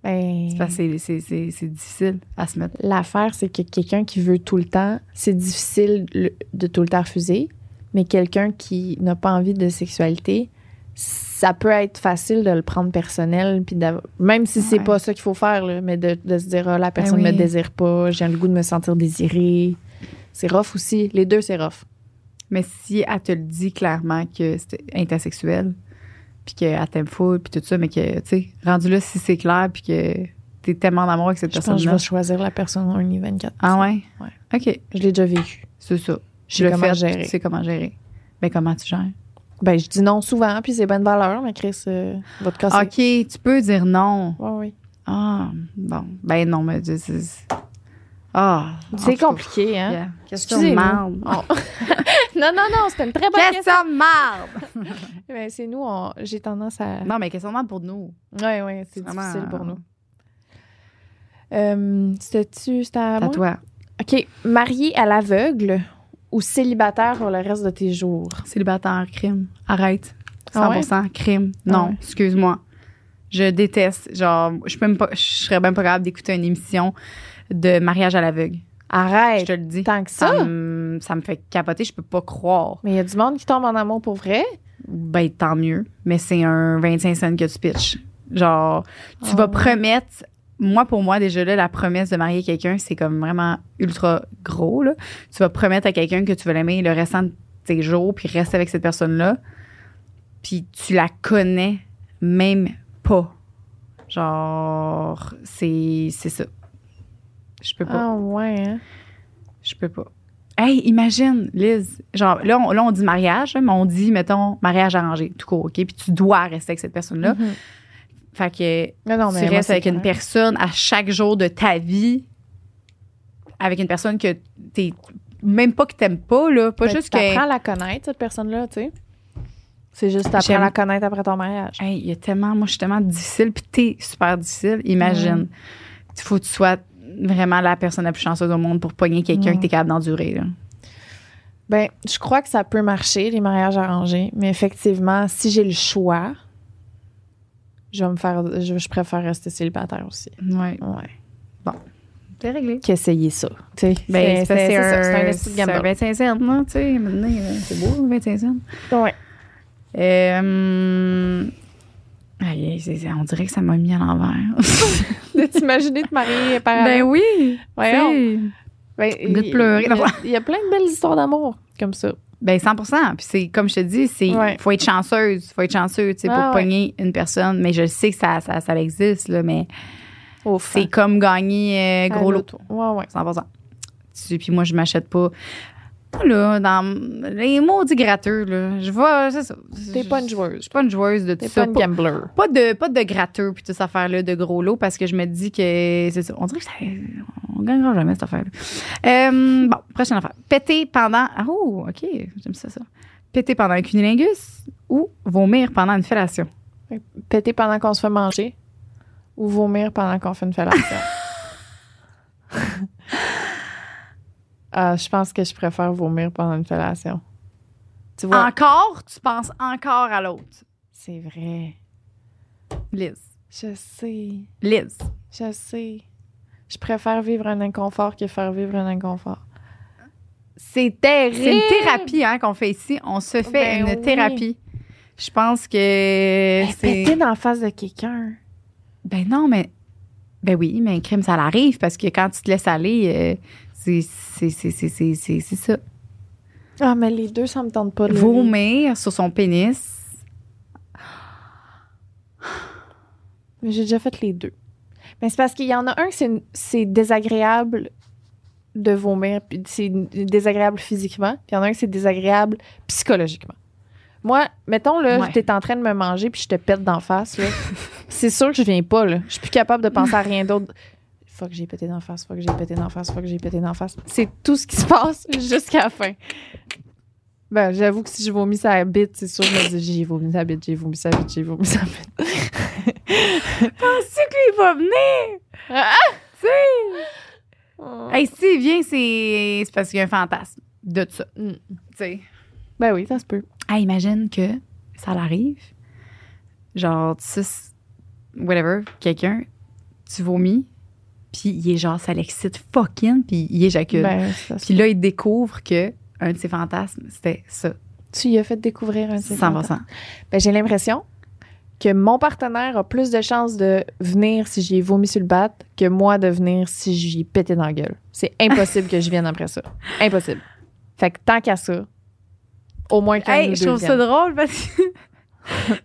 Speaker 3: Ben,
Speaker 2: C'est parce que c'est- c'est- c'est c'est difficile à se mettre.
Speaker 3: L'affaire, c'est que quelqu'un qui veut tout le temps, c'est difficile le- de tout le temps refuser, mais quelqu'un qui n'a pas envie de sexualité, ça peut être facile de le prendre personnel, puis d'av- même si c'est
Speaker 2: Ouais. Ben
Speaker 3: pas ça qu'il faut faire, là, mais de, de se dire, ah, la personne
Speaker 2: oui.
Speaker 3: me désire pas, j'ai le goût de me sentir désirée. C'est rough aussi. Les deux, c'est rough.
Speaker 2: Mais si elle te le dit clairement que c'était intersexuel, puis qu'elle t'aime full, puis tout ça, mais que, tu sais, rendu là, si c'est clair, puis que t'es tellement en amour avec cette
Speaker 3: Je pense que je
Speaker 2: personne-là.
Speaker 3: vais choisir la personne en 24
Speaker 2: Ah ouais?
Speaker 3: Ouais.
Speaker 2: OK.
Speaker 3: Je l'ai déjà vécu.
Speaker 2: C'est ça.
Speaker 3: Je sais
Speaker 2: Le
Speaker 3: comment
Speaker 2: fait,
Speaker 3: gérer.
Speaker 2: Tu sais comment gérer. Mais comment tu gères?
Speaker 3: Ben, je dis non souvent, puis c'est bonne valeur, mais Chris, euh, va te casser.
Speaker 2: OK, tu peux dire non.
Speaker 3: Ouais, ouais.
Speaker 2: Ah, bon. Ben non, mais c'est- c'est... Ah. en
Speaker 3: C'est
Speaker 2: tout cas,
Speaker 3: compliqué, hein?
Speaker 2: yeah. Question de
Speaker 3: Excusez-nous. Oh.
Speaker 2: marde.
Speaker 3: *laughs* Non, non, non, c'était une très bonne question.
Speaker 2: Question de marde!
Speaker 3: Ben, c'est nous, on- j'ai tendance à.
Speaker 2: Non, mais question de marde pour nous.
Speaker 3: Ouais, ouais, c'est
Speaker 2: Vraiment,
Speaker 3: difficile pour nous.
Speaker 2: euh,
Speaker 3: Euh, C'était-tu, c'était à
Speaker 2: À
Speaker 3: moi?
Speaker 2: toi.
Speaker 3: OK. Marié à l'aveugle ou célibataire pour le reste de tes jours?
Speaker 2: Célibataire, crime. Arrête. 100%,
Speaker 3: Ah ouais?
Speaker 2: crime. Non,
Speaker 3: Ah ouais.
Speaker 2: excuse-moi. Je déteste. Genre, je, peux même pas, je serais même pas capable d'écouter une émission de mariage à l'aveugle. Je
Speaker 3: Arrête!
Speaker 2: te le dis.
Speaker 3: Tant que
Speaker 2: Ça
Speaker 3: ça!
Speaker 2: me, ça me fait capoter, je peux pas croire.
Speaker 3: Mais il y a du monde qui tombe en amour pour vrai.
Speaker 2: Ben, tant mieux. Mais c'est un 25 cents que tu pitches. Genre, tu
Speaker 3: Ah
Speaker 2: vas
Speaker 3: ouais.
Speaker 2: promettre. Moi, pour moi, déjà là, la promesse de marier quelqu'un, c'est comme vraiment ultra gros. Là. Tu vas promettre à quelqu'un que tu vas l'aimer le restant de tes jours, puis rester avec cette personne-là. Puis tu la connais même pas. Genre, c'est c'est ça. Je peux pas.
Speaker 3: Ah, ouais, hein?
Speaker 2: Je peux pas. Hey, imagine, Liz. Genre, là, on, là, on dit mariage, hein, mais on dit, mettons, mariage arrangé, tout court, OK? Puis tu dois rester avec cette personne-là.
Speaker 3: Mhm.
Speaker 2: Fait que
Speaker 3: Mais non, mais.
Speaker 2: tu
Speaker 3: moi,
Speaker 2: restes
Speaker 3: c'est
Speaker 2: avec une
Speaker 3: clair.
Speaker 2: personne à chaque jour de ta vie, avec une personne que t'es. Même pas que t'aimes pas, là. Pas
Speaker 3: Ben,
Speaker 2: juste que.
Speaker 3: T'apprends à la connaître, cette personne-là, tu sais. C'est juste t'apprends à
Speaker 2: J'aime-
Speaker 3: la connaître après ton mariage.
Speaker 2: Hey, il y a tellement. Moi, je suis tellement difficile, puis t'es super difficile.
Speaker 3: Mm.
Speaker 2: Imagine. Il faut que tu sois vraiment la personne la plus chanceuse au monde pour pogner quelqu'un
Speaker 3: Ouais.
Speaker 2: que t'es capable d'endurer, là.
Speaker 3: Ben, je crois que ça peut marcher, les mariages arrangés, mais effectivement, si j'ai le choix, je vais me faire. Je, je préfère rester célibataire aussi.
Speaker 2: Ouais.
Speaker 3: Ouais.
Speaker 2: C'est réglé.
Speaker 3: Qu'essayer ça. tu sais.
Speaker 2: Ben, c'est parce que c'est
Speaker 3: ça, c'est
Speaker 2: un,
Speaker 3: esti de
Speaker 2: c'est un
Speaker 3: gamble.
Speaker 2: 25 cents, non, tu sais, maintenant, euh, c'est beau, le 25 cents.
Speaker 3: Ouais.
Speaker 2: Euh, hum, aïe, aïe, c'est- on dirait que ça m'a mis à l'envers.
Speaker 3: *laughs*
Speaker 2: *laughs* Ben
Speaker 3: De t'imaginer te marier par
Speaker 2: oui,
Speaker 3: Euh, Voyons.
Speaker 2: tu sais.
Speaker 3: Ben,
Speaker 2: goût de pleurer,
Speaker 3: Il y,
Speaker 2: là.
Speaker 3: a- il y a plein de belles histoires d'amour comme ça.
Speaker 2: Ben 100 Puis c'est comme je te dis, c'est
Speaker 3: Ouais.
Speaker 2: faut être chanceuse, faut être chanceux, tu sais, pour
Speaker 3: Ah ouais.
Speaker 2: pogner une personne. Mais je sais que ça, ça, ça existe, là, mais
Speaker 3: Au
Speaker 2: c'est comme gagner euh, gros lot.
Speaker 3: Ouais, ouais.
Speaker 2: 100 Tu- Puis moi, je m'achète pas. Moi, Là, dans les maudits gratteux, là, je vois, c'est ça.
Speaker 3: T'es pas une
Speaker 2: Je
Speaker 3: joueuse.
Speaker 2: suis pas une joueuse de tout
Speaker 3: T'es
Speaker 2: ça.
Speaker 3: pas une
Speaker 2: Pas,
Speaker 3: gambler.
Speaker 2: pas de, pas de gratteux puis toute cette affaire-là de gros lot parce que je me dis que c'est ça. On dirait que ça, on gagnera jamais cette affaire-là. Euh, bon, prochaine affaire. Péter pendant. Ah, Oh, OK. J'aime ça, ça. Péter pendant un cunilingus ou vomir pendant une fellation.
Speaker 3: Péter pendant qu'on se fait manger ou vomir pendant qu'on fait
Speaker 2: *laughs*
Speaker 3: une fellation. Ah, je pense que je préfère vomir pendant une fellation. Tu vois,
Speaker 2: Encore, tu penses encore à l'autre.
Speaker 3: c'est vrai.
Speaker 2: Liz.
Speaker 3: Je sais.
Speaker 2: Liz.
Speaker 3: Je sais. Je préfère vivre un inconfort que faire vivre un inconfort.
Speaker 2: C'est terrible. C'est une thérapie hein, qu'on fait ici. On se fait
Speaker 3: Ben
Speaker 2: une
Speaker 3: oui.
Speaker 2: thérapie. Je pense que
Speaker 3: Hey,
Speaker 2: c'est.
Speaker 3: Péter dans la face de quelqu'un.
Speaker 2: Ben non, mais. Ben oui, mais crime, ça l'arrive parce que quand tu te laisses aller, euh, c'est- c'est c'est- c'est- c'est- c'est- c'est ça.
Speaker 3: Ah, mais les deux, ça me tente pas. là.
Speaker 2: Vomir sur son pénis.
Speaker 3: Mais j'ai déjà fait les deux. Mais c'est parce qu'il y en a un que c'est- c'est désagréable de vomir, puis c'est désagréable physiquement, puis il y en a un que c'est désagréable psychologiquement. Moi, mettons, là,
Speaker 2: Ouais.
Speaker 3: t'es en train de me manger, puis je te pète d'en face, là. *laughs* c'est sûr que je viens pas, là. Je suis plus capable de penser à rien d'autre. Faut que j'ai pété d'en face, faut que j'ai pété d'en face, faut que j'ai pété d'en face. C'est tout ce qui se passe *laughs* jusqu'à la fin. Ben, j'avoue que si je vomis sa bite, c'est sûr que je me dis, j'ai vomi sa bite, j'ai vomi sa bite, j'ai vomi sa bite.
Speaker 2: Penses-tu qu'il va venir?
Speaker 3: Ah! Oh.
Speaker 2: Tu sais! Hey, s'il vient, c'est c'est parce qu'il y a un fantasme de ça.
Speaker 3: Mm.
Speaker 2: Tu sais.
Speaker 3: Ben oui, ça se peut.
Speaker 2: Ah, imagine que ça l'arrive. Genre, tu suces, whatever, quelqu'un, tu vomis, puis il est genre, ça l'excite fucking, puis il éjacule.
Speaker 3: Ben, ça se
Speaker 2: puis là, il découvre que un de ses fantasmes, c'était ça,
Speaker 3: peut. tu y as fait découvrir un de ces
Speaker 2: 100%.
Speaker 3: fantasmes. Ben, j'ai l'impression que mon partenaire a plus de chances de venir si j'ai vomi sur le bat que moi de venir si j'y ai pété dans la gueule. C'est impossible que je vienne après ça. Impossible. Fait que tant qu'à ça, au moins qu'un
Speaker 2: Hey,
Speaker 3: ou
Speaker 2: je
Speaker 3: deux
Speaker 2: trouve ça
Speaker 3: viennent.
Speaker 2: drôle parce que,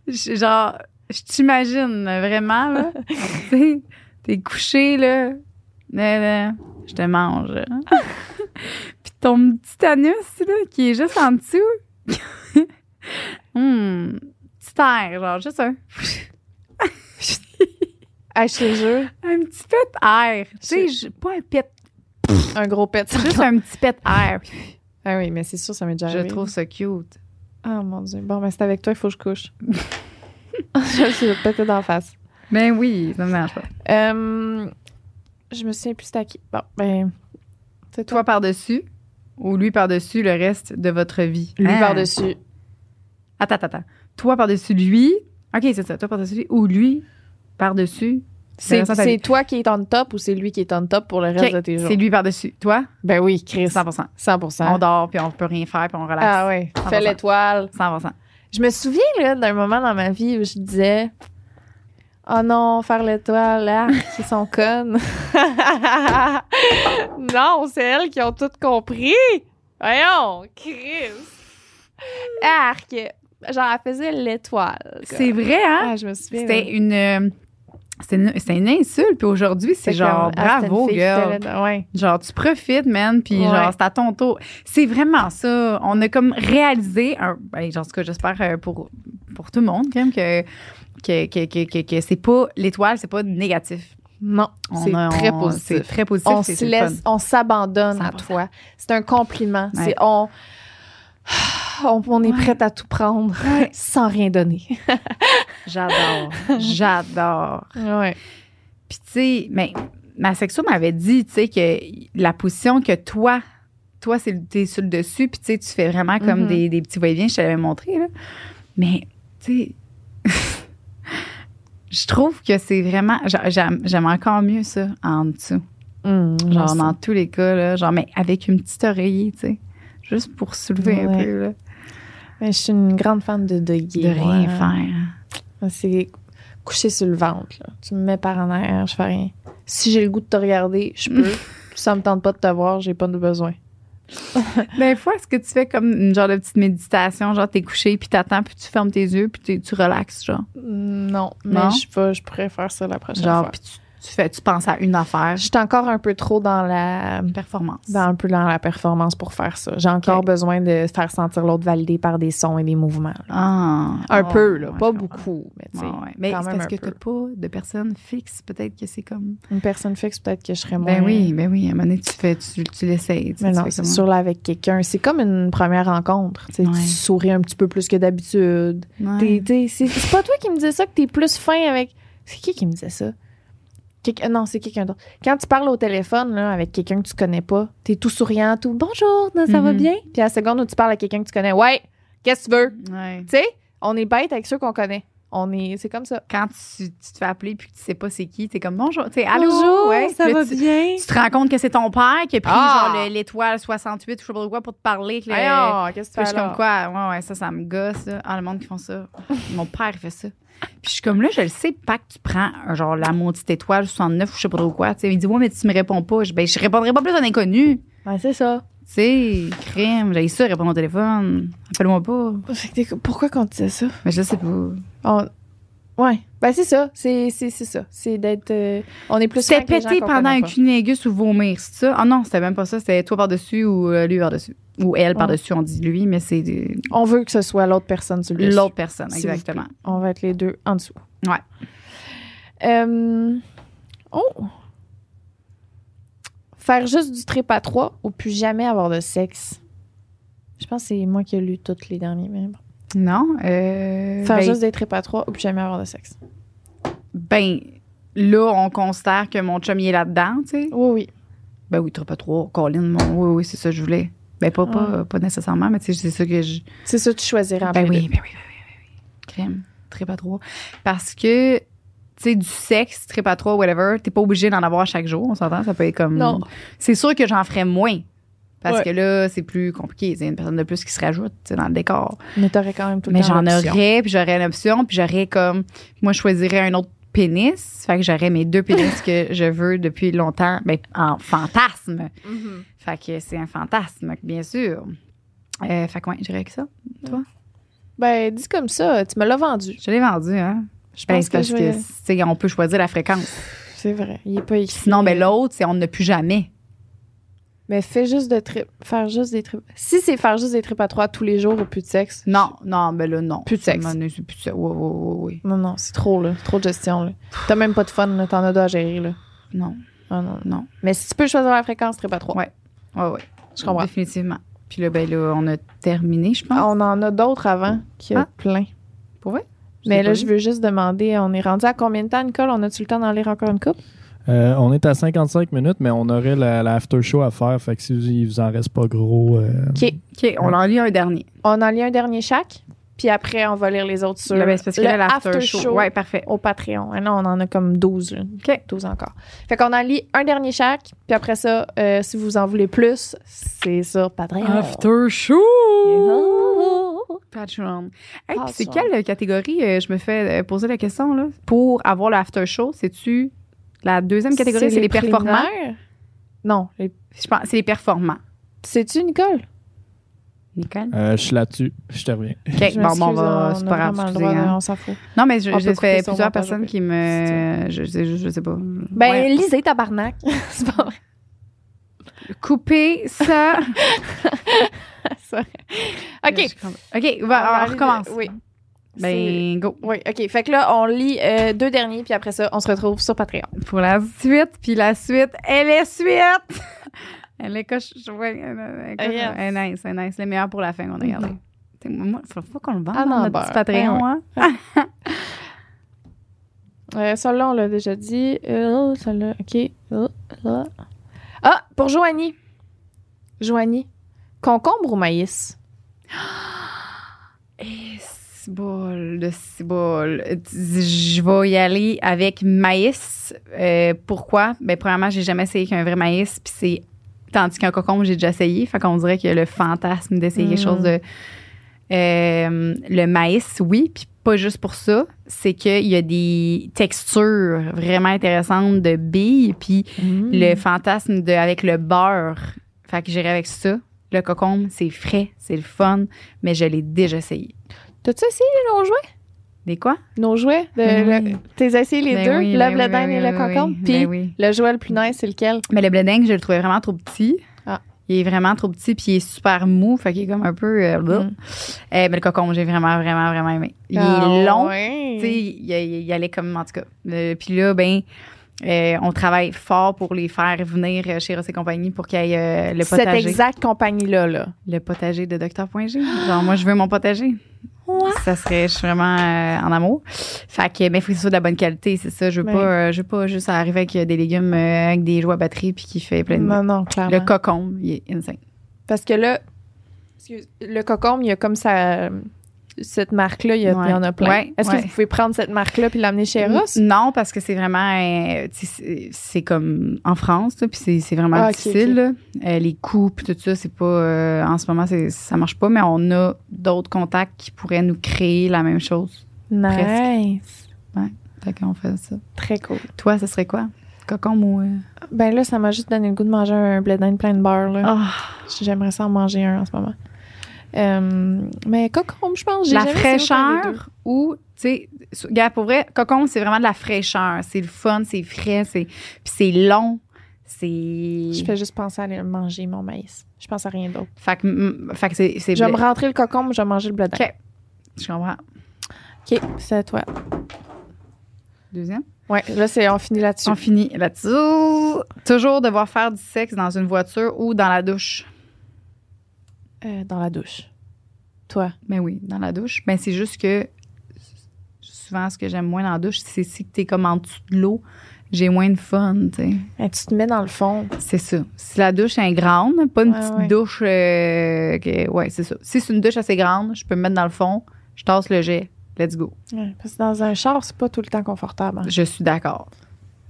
Speaker 2: *laughs* je- genre, je t'imagine là, vraiment, là. Tu sais, t'es couché, là. Là, là, je te mange. là. Puis ton petit anus, là, qui est juste en dessous. *laughs* Hum, petit air, genre, juste un,
Speaker 3: Ah, je te jure,
Speaker 2: un petit pet air. Tu sais, je- pas un pet,
Speaker 3: un gros pet.
Speaker 2: juste un petit pet air.
Speaker 3: Ah oui, mais c'est sûr, ça m'est déjà
Speaker 2: Je
Speaker 3: arrivé.
Speaker 2: trouve ça cute.
Speaker 3: Ah mon Dieu. Bon, ben c'est avec toi, il faut que
Speaker 2: *laughs*
Speaker 3: je couche. je suis pété d'en face.
Speaker 2: Ben oui, ça me dérange pas.
Speaker 3: Euh, je me souviens plus c'était à qui. Bon, ben. C'est toi.
Speaker 2: Toi par-dessus ou lui par-dessus le reste de votre vie?
Speaker 3: Lui
Speaker 2: Hein?
Speaker 3: par-dessus.
Speaker 2: Attends, attends, attends. Toi par-dessus lui. OK, c'est ça. Toi par-dessus lui ou lui par-dessus.
Speaker 3: C'est
Speaker 2: Ben, ça, ça-
Speaker 3: c'est toi qui est on top ou c'est lui qui est on top pour le reste
Speaker 2: OK,
Speaker 3: de tes jours?
Speaker 2: C'est lui par-dessus. Toi,
Speaker 3: Ben oui, Chris. 100%.
Speaker 2: 100 On dort, puis on peut rien faire, puis on relaxe.
Speaker 3: Ah ouais,
Speaker 2: 100%.
Speaker 3: fais l'étoile.
Speaker 2: 100
Speaker 3: Je me souviens là d'un moment dans ma vie où je disais Oh non, faire l'étoile, ah,
Speaker 2: *laughs*
Speaker 3: là, ils sont connes. *laughs* non, c'est elles qui ont tout compris. Voyons, Chris. Arc. Genre, elle faisait l'étoile.
Speaker 2: C'est vrai, hein?
Speaker 3: Ah, je me souviens. là.
Speaker 2: C'était une... euh, C'était une, c'était une insulte, puis aujourd'hui, c'est
Speaker 3: Fait
Speaker 2: genre
Speaker 3: comme, ah,
Speaker 2: bravo,
Speaker 3: c'était une fille qui
Speaker 2: girl.
Speaker 3: était là-dedans. Ouais.
Speaker 2: Genre, tu profites, man, puis
Speaker 3: Ouais.
Speaker 2: genre, c'est à ton tour. C'est vraiment ça. On a comme réalisé, un, ben, genre, en tout cas, j'espère euh, pour, pour tout le monde, quand même, que, que, que, que, que, que c'est pas, l'étoile, c'est pas négatif.
Speaker 3: Non,
Speaker 2: On
Speaker 3: c'est
Speaker 2: a-
Speaker 3: très
Speaker 2: on- C'est
Speaker 3: positif.
Speaker 2: très positif.
Speaker 3: On
Speaker 2: c'est-
Speaker 3: se
Speaker 2: c'est le fun.
Speaker 3: laisse, on s'abandonne à
Speaker 2: 100%.
Speaker 3: toi. C'est un compliment.
Speaker 2: Ouais.
Speaker 3: C'est on, on, on est
Speaker 2: Ouais.
Speaker 3: prête à tout prendre *laughs* sans rien donner.
Speaker 2: J'adore. *laughs* J'adore.
Speaker 3: Ouais.
Speaker 2: Puis, tu sais, mais ma sexo m'avait dit, tu sais, que la position que toi, toi, c'est le- t'es sur le dessus, puis tu sais, tu fais vraiment comme
Speaker 3: Mhm.
Speaker 2: des, des petits va-et-vient, je te l'avais montré, là. Mais, tu sais, *laughs* je trouve que c'est vraiment. j'a- J'aime j'aime encore mieux ça, en dessous.
Speaker 3: Hum,
Speaker 2: Genre, dans tous les cas, là. Genre, mais avec une petite oreiller, tu sais. Juste pour soulever un
Speaker 3: Ouais.
Speaker 2: peu, là.
Speaker 3: Mais je suis une grande fan de doggy.
Speaker 2: De rien
Speaker 3: moi.
Speaker 2: faire.
Speaker 3: C'est coucher sur le ventre. là. Tu me mets par en arrière, je fais rien. Si j'ai le goût de te regarder,
Speaker 2: *laughs*
Speaker 3: je peux. ça me tente pas de te voir, j'ai pas de besoin.
Speaker 2: Des fois, est-ce que tu fais comme une genre de petite méditation, genre t'es couché, puis t'attends, puis tu fermes tes yeux, puis t'es- tu relaxes, genre.
Speaker 3: Non, mais
Speaker 2: Non?
Speaker 3: je sais pas, je pourrais faire ça la prochaine
Speaker 2: Genre,
Speaker 3: fois.
Speaker 2: puis tu, tu fais, tu penses à une affaire,
Speaker 3: Je suis encore un peu trop dans la
Speaker 2: performance.
Speaker 3: dans un peu dans la performance pour faire ça. J'ai encore
Speaker 2: Ok.
Speaker 3: besoin de faire sentir l'autre validé par des sons et des mouvements. là.
Speaker 2: Ah,
Speaker 3: Un
Speaker 2: oh,
Speaker 3: peu, là,
Speaker 2: ouais,
Speaker 3: pas
Speaker 2: je comprends.
Speaker 3: beaucoup, mais tu sais,
Speaker 2: Ouais, ouais. Mais
Speaker 3: quand
Speaker 2: c'est
Speaker 3: même
Speaker 2: parce
Speaker 3: un
Speaker 2: que t'as
Speaker 3: peu.
Speaker 2: pas de personne fixe, peut-être que c'est comme.
Speaker 3: une personne fixe peut-être que je serais moins.
Speaker 2: Ben oui, ben oui, à un moment donné, tu fais, tu, tu l'essayes. tu sais,
Speaker 3: Mais
Speaker 2: tu
Speaker 3: non,
Speaker 2: fais
Speaker 3: c'est
Speaker 2: comme-
Speaker 3: sûr là avec quelqu'un, c'est comme une première rencontre. tu sais,
Speaker 2: Ouais.
Speaker 3: Tu souris un petit peu plus que d'habitude.
Speaker 2: Ouais.
Speaker 3: T'es- t'es- C'est c'est pas toi qui me disais ça que t'es plus fin avec. C'est qui qui me disait ça? Quelqu'un- non, c'est quelqu'un d'autre. Quand tu parles au téléphone là, avec quelqu'un que tu connais pas, t'es tout souriant, tout bonjour, ça va
Speaker 2: Mhm.
Speaker 3: bien? Puis à la seconde où tu parles à quelqu'un que tu connais, ouais, qu'est-ce que tu veux?
Speaker 2: Ouais.
Speaker 3: Tu sais, on est bête avec ceux qu'on connaît. On est, c'est comme ça.
Speaker 2: Quand tu, tu te fais appeler puis que tu sais pas c'est qui, t'es comme bonjour, tu sais, allô,
Speaker 5: Bonjour,
Speaker 2: ouais.
Speaker 5: ça
Speaker 2: Puis là,
Speaker 5: va
Speaker 2: tu,
Speaker 5: bien?
Speaker 2: tu te rends compte que c'est ton père qui a pris
Speaker 3: Ah!
Speaker 2: genre le- l'étoile 68 ou je sais pas quoi pour te parler. que le-
Speaker 3: Voyons, qu'est-ce que
Speaker 2: Puis je
Speaker 3: tu fais
Speaker 2: suis
Speaker 3: là?
Speaker 2: comme quoi, ouais, ouais, ça, ça me gosse. là. Ah, le monde qui font ça. Mon père, il fait ça. Puis je suis comme là, je le sais pas que tu prends euh, genre la maudite étoile 69 ou je sais pas trop quoi. Tu sais, il dit, ouais, mais tu me réponds pas. Je, ben, je répondrai pas plus à un inconnu.
Speaker 3: Ben, c'est ça.
Speaker 2: Tu sais, crime, j'ai ça, répondre au téléphone. Appelle-moi pas.
Speaker 3: Fait que t'es- Pourquoi qu'on disait ça?
Speaker 2: Mais je sais pas.
Speaker 3: On- Ouais. Ben, c'est ça. C'est, c'est, c'est ça. C'est d'être. euh, on est plus.
Speaker 2: C'était
Speaker 3: franc que les gens
Speaker 2: pété
Speaker 3: qu'on
Speaker 2: pendant
Speaker 3: connaît
Speaker 2: un
Speaker 3: pas.
Speaker 2: cunégus ou vomir, c'est ça? Ah non, c'était même pas ça. C'était toi par-dessus ou euh, lui par-dessus. Ou elle
Speaker 3: Ouais.
Speaker 2: par-dessus, on dit lui, mais c'est euh,
Speaker 3: On veut que ce soit l'autre personne sur le dessus.
Speaker 2: l'autre personne,
Speaker 3: S'il vous
Speaker 2: exactement.
Speaker 3: On va être les deux en dessous.
Speaker 2: Ouais.
Speaker 3: Euh, Oh! Faire juste du trip à trois ou plus jamais avoir de sexe. Je pense que c'est moi qui ai lu toutes les derniers. Mais bon.
Speaker 2: Non? Euh,
Speaker 3: Faire
Speaker 2: ben,
Speaker 3: juste des trips à trois ou plus jamais avoir de sexe.
Speaker 2: ben, là, on considère que mon chum, il est là-dedans, tu sais.
Speaker 3: Oui, oui.
Speaker 2: Ben oui, t'as pas trop. Colin, mon... oui, oui, c'est ça que je voulais. Ben pas,
Speaker 3: Ah.
Speaker 2: pas, pas nécessairement, mais tu sais, c'est ça que je.
Speaker 3: C'est ça que tu choisirais en
Speaker 2: Ben
Speaker 3: premier.
Speaker 2: oui, ben oui, ben oui, ben oui, oui. Crème, trip à trois. Parce que, tu sais, du sexe, trip à trois, whatever, t'es pas obligé d'en avoir chaque jour, on s'entend? Ça peut être comme.
Speaker 3: Non.
Speaker 2: C'est sûr que j'en ferais moins. Parce
Speaker 3: Ouais.
Speaker 2: que là, c'est plus compliqué. C'est une personne de plus qui se rajoute tu sais, dans le décor.
Speaker 3: Mais t'aurais quand même tout le
Speaker 2: Mais
Speaker 3: temps
Speaker 2: j'en
Speaker 3: l'option.
Speaker 2: aurais, puis j'aurais une option, puis j'aurais comme. Moi, je choisirais un autre pénis. Fait que j'aurais mes deux pénis
Speaker 3: *laughs*
Speaker 2: que je veux depuis longtemps, ben, en fantasme. Fait que c'est un fantasme, bien sûr. Euh, fait que ouais, j'irais que ça.
Speaker 3: Ben, dis comme ça, tu me l'as vendu.
Speaker 2: Je l'ai vendu, hein?
Speaker 3: Je
Speaker 2: Ben,
Speaker 3: pense
Speaker 2: c'est
Speaker 3: que
Speaker 2: parce
Speaker 3: je
Speaker 2: que,
Speaker 3: vais-
Speaker 2: tu sais, on peut choisir la fréquence.
Speaker 3: C'est vrai, il est pas
Speaker 2: Puis
Speaker 3: ici.
Speaker 2: Sinon, ben, l'autre, c'est on ne plus jamais.
Speaker 3: Mais fais juste de trip, faire juste des trips. Si c'est faire juste des trips à trois tous les jours ou plus de sexe.
Speaker 2: Non, non, ben là, non.
Speaker 3: Plus de sexe.
Speaker 2: Ça m'en est- c'est Plus de sexe. Oui, oui, oui,
Speaker 3: Non, non, c'est trop, là. Trop de gestion, là. T'as même pas de fun, là. T'en as deux à gérer, là.
Speaker 2: oui. Non,
Speaker 3: Ah, non.
Speaker 2: non.
Speaker 3: Mais si tu peux choisir la fréquence, trip à trois.
Speaker 2: Ouais. Ouais, ouais.
Speaker 3: Je comprends.
Speaker 2: Définitivement. Puis là, ben là, on a terminé, je pense.
Speaker 3: Ah, On en a d'autres avant qui a
Speaker 2: Ah.
Speaker 3: plein.
Speaker 2: Pour vrai?
Speaker 3: Mais Oh, ben là, je veux juste demander, on est rendu à combien de temps, Nicole? On a-tu le temps d'en lire encore une coupe?
Speaker 4: Euh, on est à 55 minutes, mais on aurait la, la after show à faire. Fait que si vous- il vous en reste pas gros. euh,
Speaker 2: OK, on en lit un dernier.
Speaker 3: On en lit un dernier chaque, puis après, on va lire les autres sur
Speaker 2: Là, ben, c'est parce que
Speaker 3: le
Speaker 2: là, l'after
Speaker 3: after
Speaker 2: show.
Speaker 3: show
Speaker 2: Ouais, parfait.
Speaker 3: au Patreon. Ah non, on en a comme 12, là.
Speaker 2: OK.
Speaker 3: 12 encore. Fait qu'on en lit un dernier chaque, puis après ça, euh, si vous en voulez plus, c'est ça, Patreon.
Speaker 2: Ah, show! Patreon. Hey, puis c'est
Speaker 3: Patreon.
Speaker 2: quelle catégorie, euh, je me fais euh, poser la question, là? Pour avoir le after show, c'est-tu la deuxième catégorie, c'est les, performants?
Speaker 3: préliminaires? Non. les-
Speaker 2: Je pense c'est les performants.
Speaker 3: C'est-tu, Nicole?
Speaker 2: Nicole?
Speaker 4: euh, je suis là-dessus. Je te reviens.
Speaker 2: OK,
Speaker 3: Je
Speaker 2: bon, bon, on va,
Speaker 3: m'excuse,
Speaker 2: c'est
Speaker 3: on
Speaker 2: pas
Speaker 3: a
Speaker 2: grave,
Speaker 3: vraiment le
Speaker 2: excusez,
Speaker 3: droit de-
Speaker 2: hein.
Speaker 3: on s'en fout.
Speaker 2: Non, mais je,
Speaker 3: On
Speaker 2: je
Speaker 3: peut couper
Speaker 2: fais
Speaker 3: sur
Speaker 2: plusieurs
Speaker 3: montage,
Speaker 2: personnes
Speaker 3: ok.
Speaker 2: qui me... Je, je, je sais pas.
Speaker 3: Ben,
Speaker 2: Ouais.
Speaker 3: lisez, tabarnak. *laughs* C'est pas vrai.
Speaker 2: Couper ça.
Speaker 3: c'est vrai. *laughs* OK.
Speaker 2: Je comprends. OK, on va-
Speaker 3: va
Speaker 2: on
Speaker 3: aller-
Speaker 2: recommence.
Speaker 3: Oui. C'est-
Speaker 2: Ben, go.
Speaker 3: Oui, OK. Fait que là, on lit euh, deux derniers, puis après ça, on se retrouve sur Patreon.
Speaker 2: Pour la suite, puis la suite, elle est suite! *laughs* elle est coche. Ouais, elle est coche-
Speaker 3: Ah, yes. Mhm.
Speaker 2: elle est nice, elle est nice. Les meilleurs pour la fin qu'on a gardé. T'sais, Moi, il faut faut qu'on le vende,
Speaker 3: Ah
Speaker 2: dans
Speaker 3: non,
Speaker 2: notre
Speaker 3: ben,
Speaker 2: petit Patreon.
Speaker 3: ben
Speaker 2: hein.
Speaker 3: Euh, Celle-là, on l'a déjà dit. Euh, Celle-là, OK. Euh, là. Ah, pour Joanie. Joanie. Concombre ou maïs?
Speaker 2: Et cibole, de cibole. Je vais y aller avec maïs. Euh, pourquoi? Ben, premièrement, j'ai jamais essayé qu'un vrai maïs, puis c'est. Tandis qu'un cocon, j'ai déjà essayé. Fait qu'on dirait que le fantasme d'essayer quelque chose de. Euh, le maïs, oui, puis pas juste pour ça. C'est qu'il y a des textures vraiment intéressantes de billes, puis
Speaker 3: Hmm.
Speaker 2: le fantasme de, avec le beurre. Fait que j'irai avec ça. Le cocombe, c'est frais, c'est le fun, mais je l'ai déjà essayé.
Speaker 3: T'as-tu essayé nos jouets?
Speaker 2: Des quoi?
Speaker 3: Nos jouets? De,
Speaker 2: Ben
Speaker 3: le-
Speaker 2: oui.
Speaker 3: T'es essayé les
Speaker 2: Ben
Speaker 3: deux?
Speaker 2: oui,
Speaker 3: le
Speaker 2: ben oui,
Speaker 3: blé d'Inde
Speaker 2: ben
Speaker 3: et
Speaker 2: oui,
Speaker 3: le
Speaker 2: ben
Speaker 3: concombre?
Speaker 2: oui,
Speaker 3: Puis
Speaker 2: ben oui.
Speaker 3: le jouet le plus nice, c'est lequel?
Speaker 2: Mais le bleding, je le trouvais vraiment trop petit.
Speaker 3: Ah.
Speaker 2: Il est vraiment trop petit, puis il est super mou, fait qu'il est comme un peu. euh, bleu.
Speaker 3: Mm.
Speaker 2: Euh, mais le cocon, j'ai vraiment, vraiment, vraiment aimé. Il
Speaker 3: Ah,
Speaker 2: est long, tu sais, il, il- il allait comme, en tout cas. Euh, puis là, ben. euh, on travaille fort pour les faire venir euh, chez Ross et compagnie pour qu'il y ait euh, le
Speaker 3: Cette
Speaker 2: potager.
Speaker 3: exacte compagnie-là, là.
Speaker 2: Le potager de Docteur.g. Genre, moi, je veux mon potager. Ça serait, je suis vraiment euh, en amour. Fait que, mais il faut que ce soit de la bonne qualité, c'est ça. Je veux,
Speaker 3: Ouais.
Speaker 2: pas, euh, je veux pas juste arriver avec euh, des légumes, euh, avec des jouets à batterie, puis qui fait plein de.
Speaker 3: Non, non,
Speaker 2: Le
Speaker 3: clairement.
Speaker 2: cocon, il est insane.
Speaker 3: Parce que là, excuse, le cocombe, il y a comme ça. cette marque-là, il y, a-
Speaker 2: Ouais.
Speaker 3: il y en a plein.
Speaker 2: Ouais,
Speaker 3: Est-ce
Speaker 2: ouais. Mm.
Speaker 3: que vous pouvez prendre cette marque-là puis l'amener chez Ross?
Speaker 2: Non, parce que c'est vraiment. euh, tu sais, c'est- c'est comme en France, là, puis c'est- c'est vraiment
Speaker 3: Ah, ok,
Speaker 2: difficile. là. Euh, les coûts, puis tout ça, c'est pas. euh, en ce moment, c'est- ça marche pas, mais on a d'autres contacts qui pourraient nous créer la même chose.
Speaker 3: Nice.
Speaker 2: Fait qu'on fait ça.
Speaker 3: Très cool.
Speaker 2: Toi, ce serait quoi? Cocon ou. euh,
Speaker 3: Ben là, ça m'a juste donné le goût de manger un blé d'Inde plein de beurre. Là.
Speaker 2: ah,
Speaker 3: J'aimerais ça en manger un en ce moment. Euh, mais cocombe, je pense. j'ai
Speaker 2: la
Speaker 3: jamais essayé aucun des deux.
Speaker 2: fraîcheur ou. Tu sais, so- gars, pour vrai, cocon, c'est vraiment de la fraîcheur. C'est le fun, c'est frais, c'est. Puis c'est long. C'est.
Speaker 3: Je fais juste penser à aller manger mon maïs. Je pense à rien d'autre.
Speaker 2: Fait que, mm, fait que c'est. c'est-
Speaker 3: Je vais me rentrer le cocombe, je vais manger le blé d'Inde.
Speaker 2: Ok. Je comprends.
Speaker 3: OK, c'est à toi.
Speaker 2: Deuxième.
Speaker 3: Ouais, là, c'est, on finit là-dessus.
Speaker 2: On finit là-dessous. Toujours devoir faire du sexe dans une voiture ou dans la douche.
Speaker 3: Euh, dans la douche. Toi.
Speaker 2: Ben oui, dans la douche. Ben c'est juste que souvent, ce que j'aime moins dans la douche, c'est si t'es comme en dessous de l'eau, j'ai moins de fun, tu sais.
Speaker 3: Eh, tu te mets dans le fond.
Speaker 2: C'est ça. Si la douche est grande, pas une
Speaker 3: Ouais,
Speaker 2: petite
Speaker 3: ouais.
Speaker 2: douche. euh, que- ouais, c'est ça. Si c'est une douche assez grande, je peux me mettre dans le fond, je tasse le jet. Let's go.
Speaker 3: Ouais, parce que dans un char, c'est pas tout le temps confortable. hein.
Speaker 2: Je suis d'accord.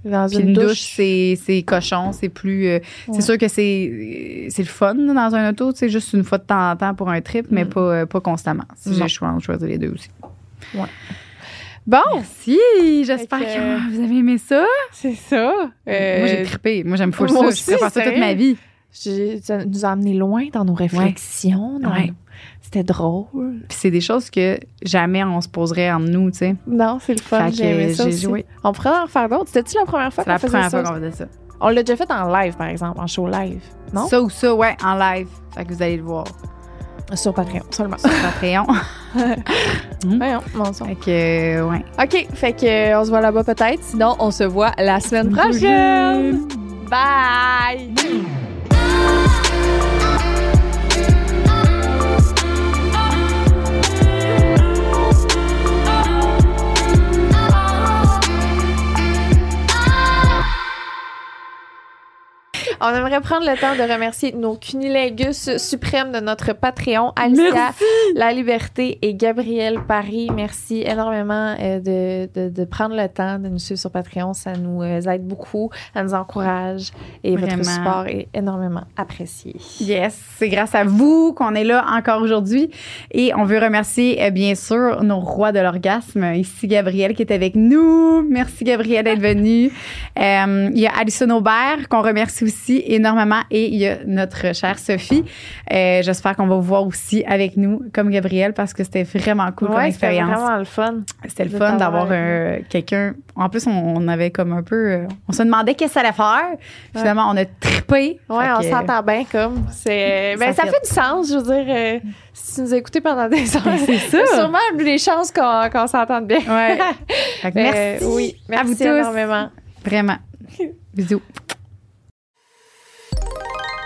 Speaker 3: Dans
Speaker 2: Puis une douche, c'est c'est cochon, c'est plus. euh,
Speaker 3: Ouais.
Speaker 2: C'est sûr que c'est c'est le fun là, dans un auto, tu sais, juste une fois de temps en temps pour un trip, mais
Speaker 3: Mm.
Speaker 2: pas, euh, pas constamment. Si
Speaker 3: Non.
Speaker 2: j'ai le choix, je choisis les deux aussi.
Speaker 3: Bon,
Speaker 2: Merci! J'espère
Speaker 3: Fait
Speaker 2: que,
Speaker 3: que-
Speaker 2: ah, vous avez aimé ça.
Speaker 3: *laughs* c'est ça. Euh,
Speaker 2: Moi, j'ai trippé. Moi, j'aime fou ça.
Speaker 3: moi
Speaker 2: je pourrais
Speaker 3: aussi,
Speaker 2: faire ça toute
Speaker 3: sérieux.
Speaker 2: ma vie.
Speaker 3: j'ai- ça nous a amené loin dans nos réflexions. dans
Speaker 2: Ouais.
Speaker 3: nos- C'était drôle.
Speaker 2: Puis c'est des choses que jamais on se poserait entre nous, tu sais.
Speaker 3: Non, c'est le fun.
Speaker 2: Fait que
Speaker 3: J'ai aimé ça
Speaker 2: j'ai
Speaker 3: aussi.
Speaker 2: joué.
Speaker 3: On pourrait en refaire d'autres. C'était-tu la première fois
Speaker 2: C'est
Speaker 3: qu'on
Speaker 2: la
Speaker 3: faisait
Speaker 2: première
Speaker 3: ça?
Speaker 2: fois qu'on faisait ça.
Speaker 3: On l'a déjà fait en live, par exemple, en show live. Non?
Speaker 2: Ça ou ça, ouais, en live. Fait que vous allez le voir
Speaker 3: *laughs* Sur Patreon, seulement.
Speaker 2: sur Patreon.
Speaker 3: Voyons, mon son.
Speaker 2: fait que, euh, ouais.
Speaker 3: OK, fait que euh, on se voit là-bas peut-être. Sinon, on se voit la semaine prochaine. Bye! On aimerait prendre le temps de remercier nos cunilingus suprêmes de notre Patreon, Alicia, La Liberté et Gabrielle Paris. Merci énormément euh, de, de- de prendre le temps de nous suivre sur Patreon. Ça nous euh, aide beaucoup, ça nous encourage et
Speaker 2: Vraiment.
Speaker 3: votre support est énormément apprécié.
Speaker 2: Yes, c'est grâce à vous qu'on est là encore aujourd'hui. Et on veut remercier, euh, bien sûr, nos rois de l'orgasme. Ici, Gabriel qui est avec nous. Merci, Gabriel, d'être
Speaker 3: *laughs*
Speaker 2: venu. Euh, il y a Alison Aubert qu'on remercie aussi énormément. Et il y a notre chère Sophie. Euh, J'espère qu'on va vous voir aussi avec nous, comme Gabriel, parce que c'était vraiment cool comme
Speaker 3: Ouais, c'était
Speaker 2: expérience.
Speaker 3: vraiment le fun.
Speaker 2: C'était le
Speaker 3: de
Speaker 2: fun d'avoir
Speaker 3: t'avoir avec
Speaker 2: un- quelqu'un. En plus, on, on avait comme un peu. euh, On se demandait qu'est-ce que ça allait faire. Finalement, on a trippé.
Speaker 3: Ouais,
Speaker 2: Fait
Speaker 3: on
Speaker 2: que-
Speaker 3: s'entend bien comme. C'est, ben,
Speaker 2: Ça
Speaker 3: ça,
Speaker 2: fait.
Speaker 3: fait du sens, je veux dire, euh, si tu nous écoutez pendant des heures.
Speaker 2: *laughs* *laughs* C'est ça.
Speaker 3: *laughs* Sûrement les chances qu'on, qu'on s'entende bien. *laughs*
Speaker 2: Ouais. Fait que
Speaker 3: Euh,
Speaker 2: merci.
Speaker 3: oui,
Speaker 2: à vous
Speaker 3: merci
Speaker 2: tous.
Speaker 3: énormément. *laughs*
Speaker 2: Vraiment. Bisous.